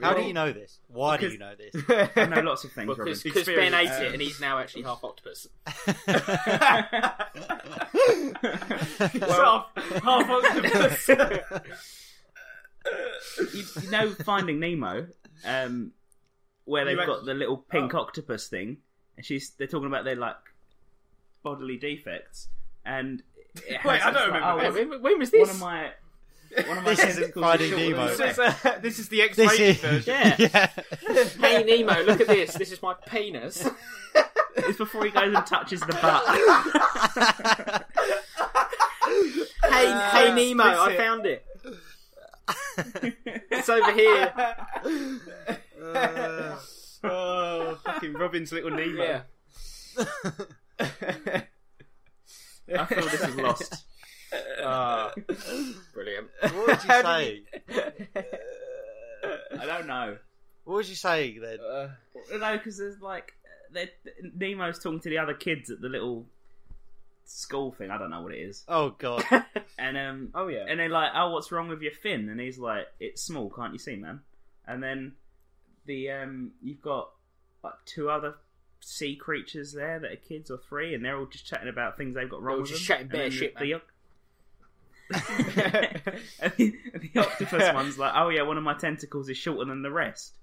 E: How do you know this? Why do
D: Because-
E: you know this? <laughs>
D: I know lots of things, Robin.
C: because because Ben ate
A: Experience.
C: it and he's now actually half octopus.
A: Well, half, half octopus.
D: you, you know Finding Nemo, um, where they've
A: You
D: got
A: act-
D: the little pink
A: Oh.
D: octopus thing, and she's they're talking about their like bodily defects, and it
A: Wait, I
D: has-
A: don't
D: it's like,
A: remember
D: oh,
A: this.
C: When, when was
D: One
C: this?
D: of my one of my
E: This isn't
D: tentacles
E: Finding
D: shorter than
E: Nemo.
D: the
A: <laughs> this, is,
D: rest.
A: uh, this is the
E: this
A: X-rated
E: is
A: version.
D: Yeah.
E: <laughs> yeah. <laughs>
C: <laughs> Hey Nemo, look at this. This is my <laughs> penis.
D: It's before he goes and touches the butt.
C: Hey, hey Nemo, I
A: explicit.
C: found it. it's over here.
A: Oh, fucking Robin's little Nemo.
C: Yeah.
D: I feel
A: Oh,
D: this is
C: <laughs>
D: lost.
C: Ah, brilliant.
E: What was you
A: How did
E: saying?
A: <laughs>
D: I don't know.
E: What was you saying then?
A: Uh,
D: No, because there's like they're- Nemo's talking to the other kids at the little school thing. I don't know what it is,
E: Oh god.
D: and um,
A: <laughs> oh
D: <laughs>
A: yeah. <laughs>
D: and they're like, "Oh, what's wrong with your fin?" And he's like, "It's small, can't you see, man?" And then the um, you've got like two other sea creatures there that are kids or three, and they're all just chatting about things they've got wrong
C: all
D: with
C: just
D: them.
C: chatting
D: And then
C: bare shit,
D: the, the- <laughs> and the, and the
C: <laughs>
D: octopus one's like, "Oh yeah, one of my tentacles is shorter than the rest."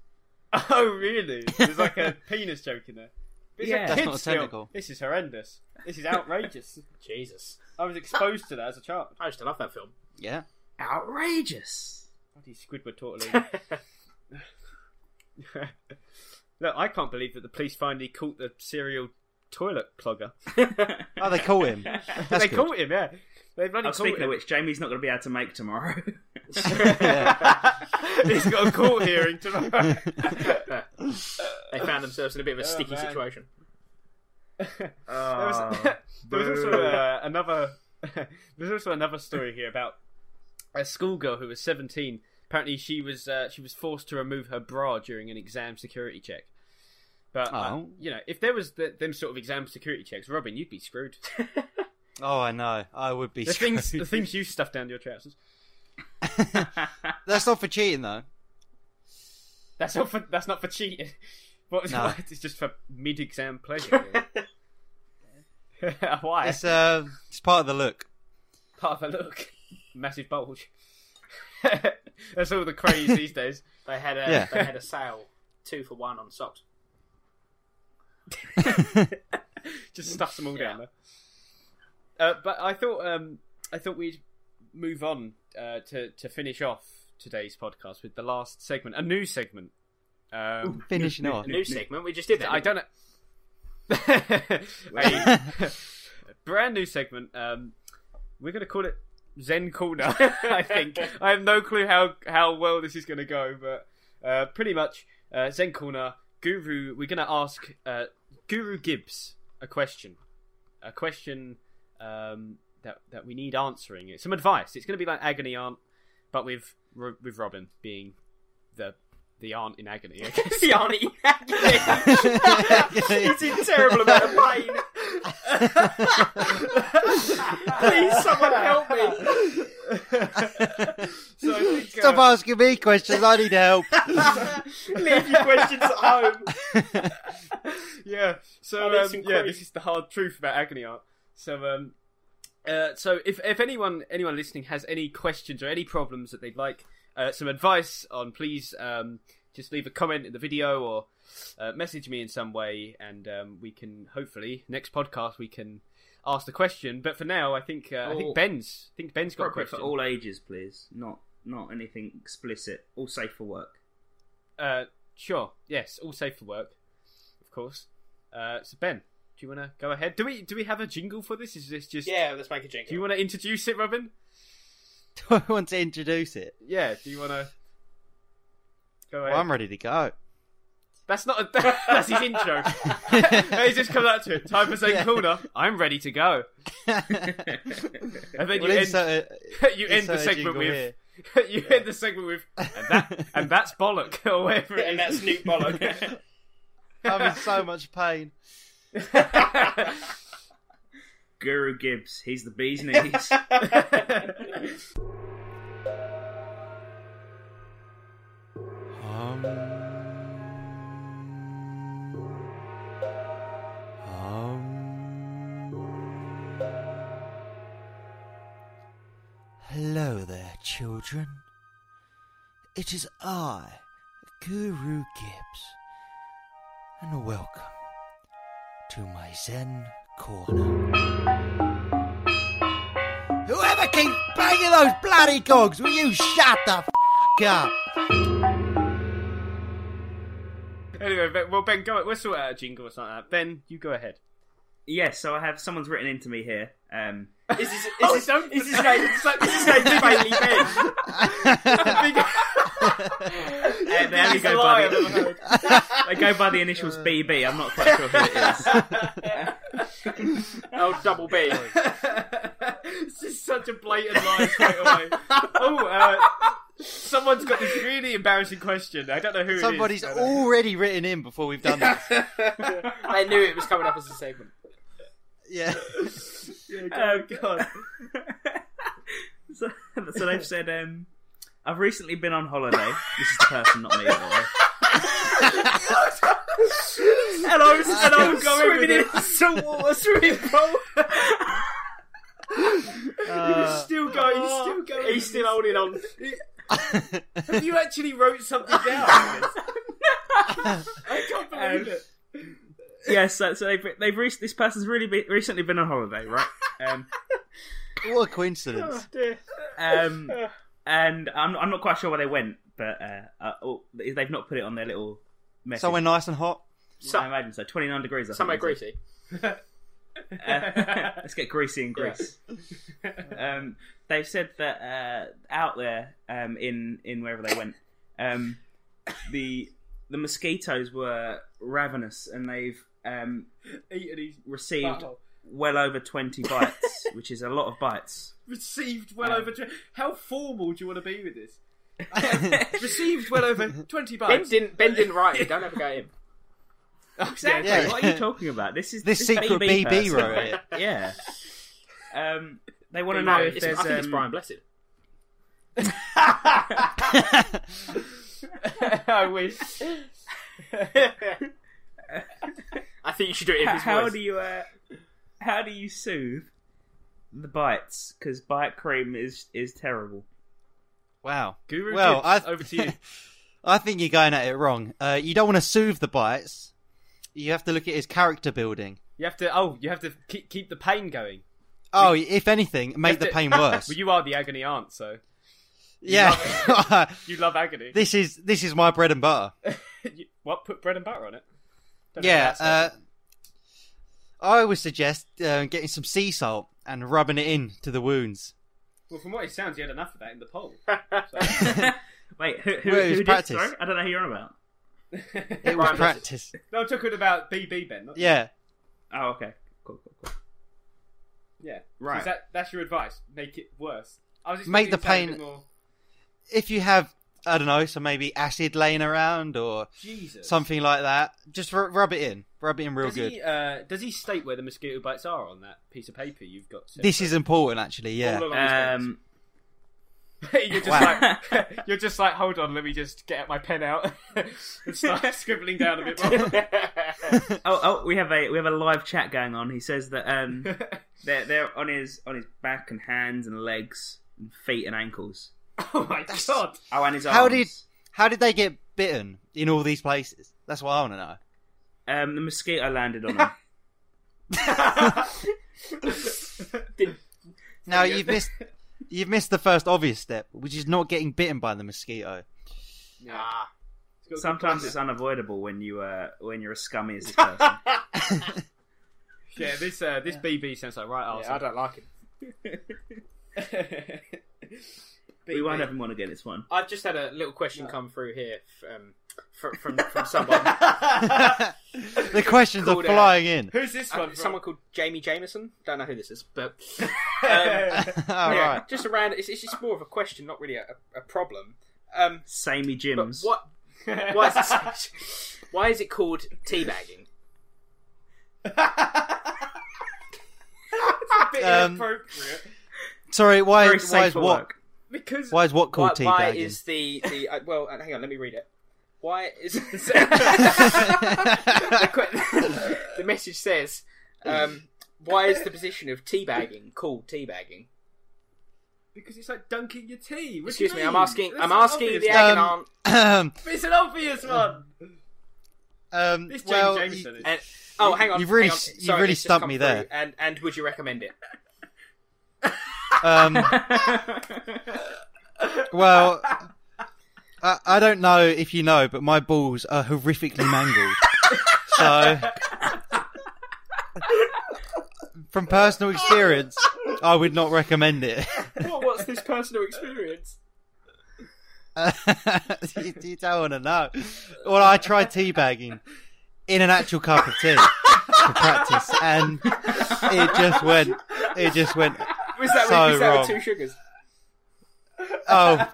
A: Oh, really? There's like a penis joke in there. It's
D: Yeah.
A: a
D: That's
A: kid's
E: not a
A: still.
E: tentacle.
A: This is horrendous. This is outrageous.
C: Jesus,
A: I was exposed to that as a child.
C: I used to love that film. <laughs>
E: Yeah.
D: Outrageous.
A: Bloody Squidward <laughs> tortellini. Look, I can't believe that the police finally caught the serial toilet plugger.
E: Oh, they
A: <laughs>
E: caught him. That's
A: they
E: good.
A: caught him, yeah. They bloody
D: Oh,
A: caught
D: speaking
A: him. <laughs>
D: of which, Jamie's not going to be able to make tomorrow. <laughs>
A: <laughs>
E: <laughs>
A: He's got a court hearing tomorrow.
C: They found themselves in a bit of a sticky
A: man.
C: situation.
E: <laughs>
A: There
C: Ah.
D: <laughs>
A: was, there was also uh, another. <laughs> There's also another story here about a schoolgirl who was 17. Apparently, she was uh, she was forced to remove her bra during an exam security check. But uh,
E: Oh.
A: you know, if there was th them sort of exam security checks, Robin, you'd be
E: <laughs>
A: screwed.
E: Oh, I know. I would be.
A: The things the
E: screwed.
A: things you stuff down your trousers. <laughs>
E: That's not for cheating though.
A: That's not for that's not for cheating. <laughs> But
E: No.
A: <laughs> it's just for mid-exam
E: <laughs>
A: pleasure. really. <laughs> Why?
E: It's uh, it's part of the look.
A: Part of a look. Massive bulge. <laughs> that's all the craze
E: <laughs>
A: these days.
C: They had a
E: Yeah.
C: they had a sale, two for one on socks.
A: just stuffs them all down
C: Yeah.
A: there. Uh, but I thought um, I thought we'd move on uh, to to finish off today's podcast with the last segment, a new segment. Um,
E: <laughs>
A: <laughs>
E: Finishing off.
C: A new segment. We just did that.
A: I
C: <laughs> didn't
A: don't know. a <laughs> brand new segment. Um, we're going to call it Zen Corner. <laughs> I think I have no clue how how well this is going to go, but uh, pretty much uh, Zen Corner Guru. We're going to ask uh, Guru Gibbs a question, a question um, that that we need answering. It's some advice. It's going to be like agony aunt, but with Ro- with Robin being the the aunt in agony. I guess.
C: we? Yanni, he's in terrible amount of pain.
D: <laughs>
C: Please, someone help me.
A: so I think,
E: Stop
A: uh,
E: asking me questions. I need help. <laughs>
C: Leave your questions at home.
A: yeah. So
C: I need
A: um,
C: some
A: yeah,
C: cream.
A: this is the hard truth about agony art. So um, uh, so if if anyone anyone listening has any questions or any problems that they'd like uh, some advice on, please um, just leave a comment in the video or uh, message me in some way, and um, we can hopefully next podcast we can ask the question. But for now, I think uh, I
D: Oh.
A: think Ben's I think Ben's got a
D: Appropriate
A: question.
D: for all ages, please. Not not anything explicit. All safe for work.
A: Uh, sure. Yes. All safe for work, of course. Uh, so Ben, do you want to go ahead? Do we do we have a jingle for this? Is this just?
C: Yeah, let's make a jingle.
A: Do you want to introduce it, Robin?
E: Do I want to introduce it?
A: Yeah. Do you want to? Go ahead.
E: Well, I'm ready
A: <laughs>
E: to go.
A: That's not. A... <laughs> That's his
E: <laughs>
A: intro. he just comes out to it. Time for saying
E: Yeah.
A: corner. I'm ready to go. And then
E: Well,
A: you end.
E: insert
A: <laughs>
E: a-
A: you end the
E: insert a
A: segment
E: jingle
A: with.
E: here.
A: <laughs> you end the segment with. And that. And that's bollock <laughs> or whatever. it
C: And
A: is.
C: that's Newt Bollock.
E: <laughs> I'm in so much pain.
D: Guru Gibbs, he's the
C: <laughs>
D: bee's knees.
E: Um. Um. Hello there, children. It is I, Guru Gibbs, and welcome to my Zen corner. Whoever keeps banging those bloody cogs, will you shut the f up?
A: anyway, ben, well, Ben, go. We'll sort out a jingle or something like that. Ben, you go ahead.
D: yeah, so I have someone's written into me here. Um, <laughs>
C: Is this, is
A: Oh,
C: this,
A: don't-
C: is this
E: <laughs>
C: name, <laughs> is this name Bailey Ben?
D: uh, they only
C: He's a
D: go
C: liar,
D: by
C: I've
D: the,
C: heard.
D: they go by the initials BB. I'm not quite sure who it
C: <laughs>
D: is.
C: Oh, double B.
A: this is such a blatant lie straight away. oh, uh, someone's got this really embarrassing question. I don't know who
E: Somebody's
A: it is. Oh,
E: already written in before we've done
A: <laughs>
E: this.
C: I knew it was coming up as a segment.
E: Yeah.
A: Oh, God.
D: <laughs> so, so they've said, um, I've recently been on holiday. This is the person, not me. by the
C: <laughs>
D: way.
C: And I was, and I
A: I'm
C: was
A: going with
C: swimming in
A: it.
C: the salt water swimming pool.
E: Uh,
A: Still going, Oh, he's still going.
C: He's still holding on.
A: Have you actually wrote something down?
E: <laughs>
A: I can't believe it.
D: <laughs> Yes, so, so they've, they've re- this person's really be- recently been on holiday, right? Um,
E: what
A: <laughs>
E: a coincidence.
D: um, and I'm, I'm not quite sure where they went, but uh, uh, oh, they've not put it on their little message.
E: Somewhere nice and
A: <laughs>
E: hot.
D: I imagine so. 29 degrees. I think
C: Somewhere
D: they said.
C: greasy.
D: Uh, <laughs> let's get greasy in Greece. <laughs> um, they've said that uh, out there um, in in wherever they went, um, the the mosquitoes were ravenous and they've um,
A: Eaten his
D: received
A: butthole.
D: well over twenty bites, <laughs> which is a lot of bites.
A: Received well
D: Um,
A: over. Tw- How formal do you want to be with this? Received well over
E: <laughs>
A: 20
C: Ben
A: bucks.
C: didn't, <laughs> ben didn't write it. Don't ever go at him.
A: Exactly.
D: Yeah,
E: Yeah.
D: what are you talking about? This is
E: This secret BB
D: person.
E: wrote it.
D: <laughs> Yeah. Um, they want to
C: It's-
D: know if there's.
C: I think it's
D: um,
C: Brian Blessed.
A: I wish.
C: I think you should do it in his
D: how
C: voice.
D: do you uh, how do you soothe the bites? Because bite cream is is terrible.
E: <laughs> Wow.
A: Guru
E: well,
A: Gibbs,
E: I th-
A: over to
E: <laughs>
A: you.
E: I think you're going at it wrong. Uh, you don't want to soothe the bites. You have to look at his character building.
A: You have to. Oh, you have to keep, keep the pain going.
E: Oh, if anything, make
A: have
E: the
A: to- <laughs>
E: pain worse.
A: Well, you are the agony aunt, so
E: yeah.
A: you love agony.
E: <laughs> this is this is my bread and butter.
A: You- what? Put bread and butter on it. Don't know
E: Yeah.
A: if that's
E: Uh, I would suggest uh, getting some sea salt and rubbing it in to the wounds.
A: well, from what it sounds, you had enough of that in the poll.
D: Wait, who, who,
E: Well, it was
D: who did?
E: practice.
D: Sorry, I don't know who you're on about.
A: <laughs>
E: It was practice.
A: no, I'm talking about BB Ben. Not,
E: Yeah.
D: Oh, okay, cool, cool, cool.
A: yeah.
D: Right.
A: Is that that's your advice? Make it worse. I was expecting
E: Make the
A: it to sound a
E: pain-
A: bit more-
E: if you have I don't know, some maybe acid laying around or
A: Jesus.
E: something like that. Just r- rub it in, rub it in real
A: does
E: good.
A: He, uh, does he state where the mosquito bites are on that piece of paper you've got? sent?
E: This is important, actually. Yeah,
A: All along his hands.
D: Um,
A: <laughs> you're just
E: Wow.
A: like <laughs> you're just like hold on, let me just get my pen out <laughs> and start scribbling down a bit more.
D: oh, oh, we have a we have a live chat going on. He says that <laughs> um, they're they're on his on his back and hands and legs and feet and ankles.
A: oh my god!
D: Oh, and his
E: How
D: arms.
E: did- how did they get bitten in all these places? That's what I want to know.
D: um, the mosquito landed
E: <laughs>
D: on him?
E: Now you've missed you've missed the first obvious step, which is not getting bitten by the mosquito.
A: <laughs>
E: <laughs>
C: Ah,
D: Sometimes it's unavoidable when you uh, when you're as scummy
E: <laughs>
D: as this person.
A: yeah, this uh, this BB sounds like right
C: yeah, I <laughs>
A: arse.
C: don't like him.
D: we won't have him on again. It's one.
C: I've just had a little question come through here f- um, from from, from
A: <laughs>
C: someone.
E: the questions are
C: Called out.
E: flying in. <laughs>
A: Who's this
C: Uh,
A: one? From?
C: someone called Jamie Jameson. Don't know who this is,
A: <laughs>
C: but um,
E: all
C: yeah,
E: right.
C: just around. It's, it's just more of a question, not really a, a problem. Um,
D: Samey
C: but
D: Jims.
C: what? Why is it, <laughs> why is it called
A: <laughs>
C: teabagging?
A: It's a bit
E: Um,
A: inappropriate
E: Sorry, why
D: Very
E: why
D: safe
E: is
D: for
E: what
D: work.
A: because
E: why is what
C: Why,
E: called
C: why
E: teabagging?
C: is the the uh, well? uh, Hang on, let me read it. Why
A: <laughs>
C: is <laughs> the, que- <laughs> the message says? Um, why is the position of teabagging called teabagging?
A: because it's like dunking your tea. What do you
C: Excuse me, I'm
A: mean?
C: asking.
A: That's
C: I'm
A: an
C: asking
A: obvious
C: the
A: one.
C: agony
E: Um,
C: aunt.
E: <laughs> um,
A: It's an obvious one.
C: <laughs>
A: <laughs>
E: um,
A: This James
E: well,
A: Jameson.
E: you-
A: is-
C: And, oh, hang on.
E: you've really
C: hang on.
E: s- you've
C: Sorry,
E: really
C: it's just
E: stumped
C: come
E: me
C: through.
E: there.
C: And and would you
A: <laughs>
C: recommend it?
E: um, well, I, I don't know if you know, but my balls are horrifically mangled. so, from personal experience, I would not recommend it. <laughs>
C: what's this personal <laughs> experience?
E: <laughs> you, you don't want to know. Well, I tried teabagging in an actual cup of tea for practice, and it just went. It just went.
C: Was that,
E: So
C: was that
E: wrong.
C: with two sugars?
E: Oh,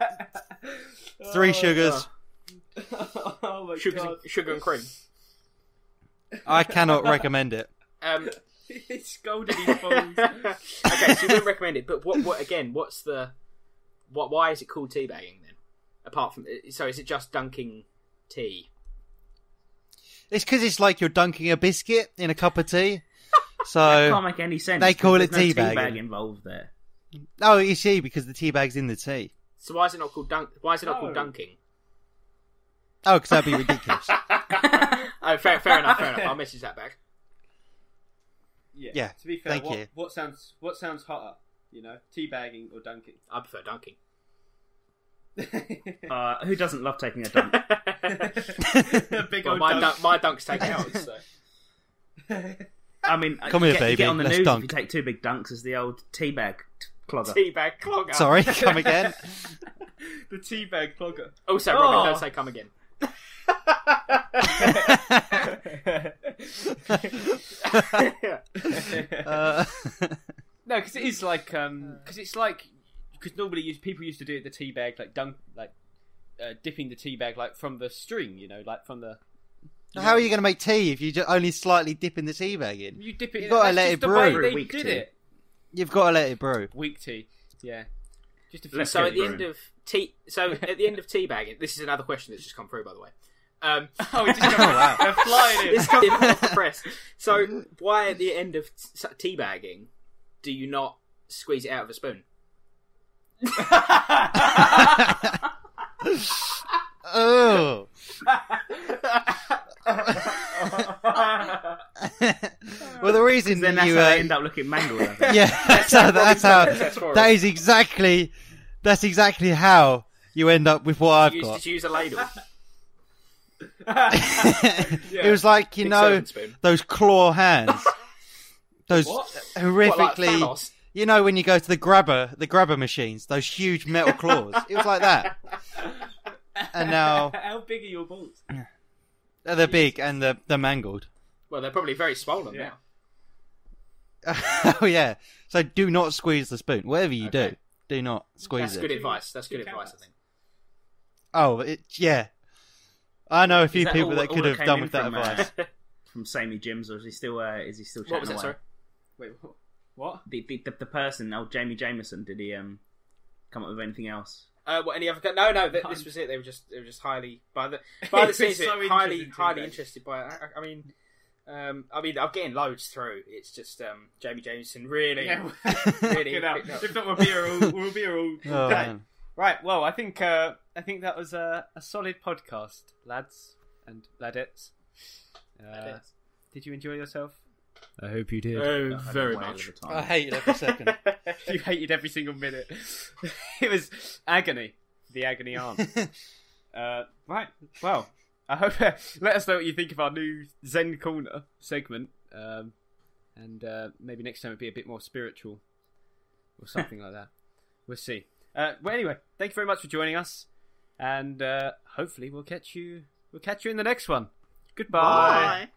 E: three sugars.
A: oh my
C: Sugars
A: god!
C: and, sugar and cream.
E: I cannot recommend it.
C: Um,
A: <laughs> he scolded his
C: <laughs>
A: balls.
C: okay, so you wouldn't recommend it, but what? What again? What's the? What? Why is it called teabagging then? Apart from so, is it just dunking tea?
E: It's because it's like you're dunking a biscuit in a cup of tea.
D: Can't <laughs>
E: So,
D: make any sense.
E: They call
D: There's
E: it
D: no
E: teabagging.
D: teabag involved there.
E: oh, you see, because the tea bag's in the tea.
C: So why is it not called dunk? Why is it not
A: No.
C: called dunking?
E: Oh, because that'd be ridiculous.
C: Oh, fair, fair enough,
A: <laughs>
C: fair enough. I'll message that back.
A: Yeah.
E: Yeah,
A: To be fair,
E: thank
A: what,
E: you.
A: what sounds what sounds hotter? You know, teabagging or dunking? <laughs>
C: <laughs> I prefer dunking.
D: Uh, who doesn't love taking a
E: <laughs>
D: dump?
A: A big
C: Well,
A: old
C: my,
A: dunk.
C: dunk, my dunk's taken
A: <laughs>
C: out. So.
D: I mean,
E: Come
D: you
E: here,
D: get, you
E: baby,
D: get on the
E: let's
D: news
E: dunk.
D: if you take two big dunks as the old teabag t- clogger.
C: Teabag clogger.
E: Sorry, come again. <laughs>
A: the teabag
C: <laughs>
A: clogger.
C: Also, Robin,
A: Oh.
C: don't say come again.
E: Uh,
A: No, because it is like um, because it's like because normally you, people used to do it the teabag like dunk like uh, dipping the teabag like from the string, you know, like from the
E: how are you going to make tea if you just only slightly dipping the tea bag in?
A: you dip it.
E: You
A: in-
E: gotta
A: that's
E: let
A: just
E: it
A: the
E: brew.
A: way
D: For a
A: They
D: week
A: did
D: tea.
A: it
E: You've got to let it brew.
A: weak tea. Yeah, just a few.
D: Let's
C: So
D: get
C: at the end
D: brewing.
C: of tea, so at the end of teabagging, this is another question that's just come through, by the way. Um,
A: <laughs> oh,
E: <laughs>
A: it just
E: wow.
A: they're flying in.
C: this comes in off the press. So why at the end of t- s- teabagging do you not squeeze it out of a spoon?
E: Oh. well, the reason
D: Then
E: that
D: that's
E: you
D: how
E: uh,
D: they end up looking mangled. I think.
E: <laughs> yeah, that's how, that's
C: That's
E: how
C: horrible.
E: that is exactly that's exactly how you end up with what I've
C: You
E: got.
C: just use a ladle.
A: <laughs>
E: <laughs> It was like you
C: Big
E: know
C: serving spoon.
E: those claw hands, those
C: What, like
E: horrifically.
C: Thanos?
E: you know when you go to the grabber, the grabber machines, those huge metal claws. it was like that. And now
A: <laughs> How big are your balls?
E: uh, they're big and they're, they're mangled. <laughs>
C: Well, they're probably very swollen
A: Yeah.
C: now.
E: oh yeah. So do not squeeze the spoon. Whatever you do, do not squeeze
C: That's
E: it.
C: good advice. That's good
A: Two
C: advice, I
A: carrots.
C: think.
E: Oh, it, yeah. I know a few
D: that
E: people
D: all-
E: that
D: all
E: could
D: that
E: have
D: came
E: done
D: in
E: with that
D: from, uh,
E: advice.
D: <laughs> from Sammy Jim's, or is he still? Uh, is he still?
C: What was
D: chatting
C: that?
D: away?
C: Sorry.
A: Wait, wh- what?
D: The, the the the person, old Jamie Jameson. Did he um come up with anything else?
C: Uh, what any other? guy- No, no. Th- this was it. They were just they were just highly by
A: <laughs>
C: the by the
A: It's
C: scenes. of
A: so
C: it, highly
A: interesting to
C: highly
A: me.
C: interested by. It. I, I mean, um, I mean, I'm getting loads through. It's just um, Jamie Jameson really.
A: Yeah,
E: <laughs>
D: uh, <laughs>
C: Really
A: fucking hell.
C: picked up.
A: If not, we'll be here all, we'll be here all
E: Oh,
A: day.
E: man.
A: Right. Well, I think uh, I think that was a, a solid podcast, lads and ladettes. Uh,
C: Ladettes.
A: Did you enjoy yourself? I hope you did.
C: Oh, very
D: Way
C: much.
D: over the time.
E: I hated every second.
A: <laughs> you hated every single minute. <laughs> it was agony. The agony arm.
E: <laughs>
A: uh, right. Well, I hope. <laughs> let us know what you think of our new Zen Corner segment, um, and uh, maybe next time it'll be a bit more spiritual or something like that. We'll see. Uh, well, anyway, thank you very much for joining us, and uh, hopefully we'll catch you. We'll catch you in the next one. Goodbye.
C: Bye.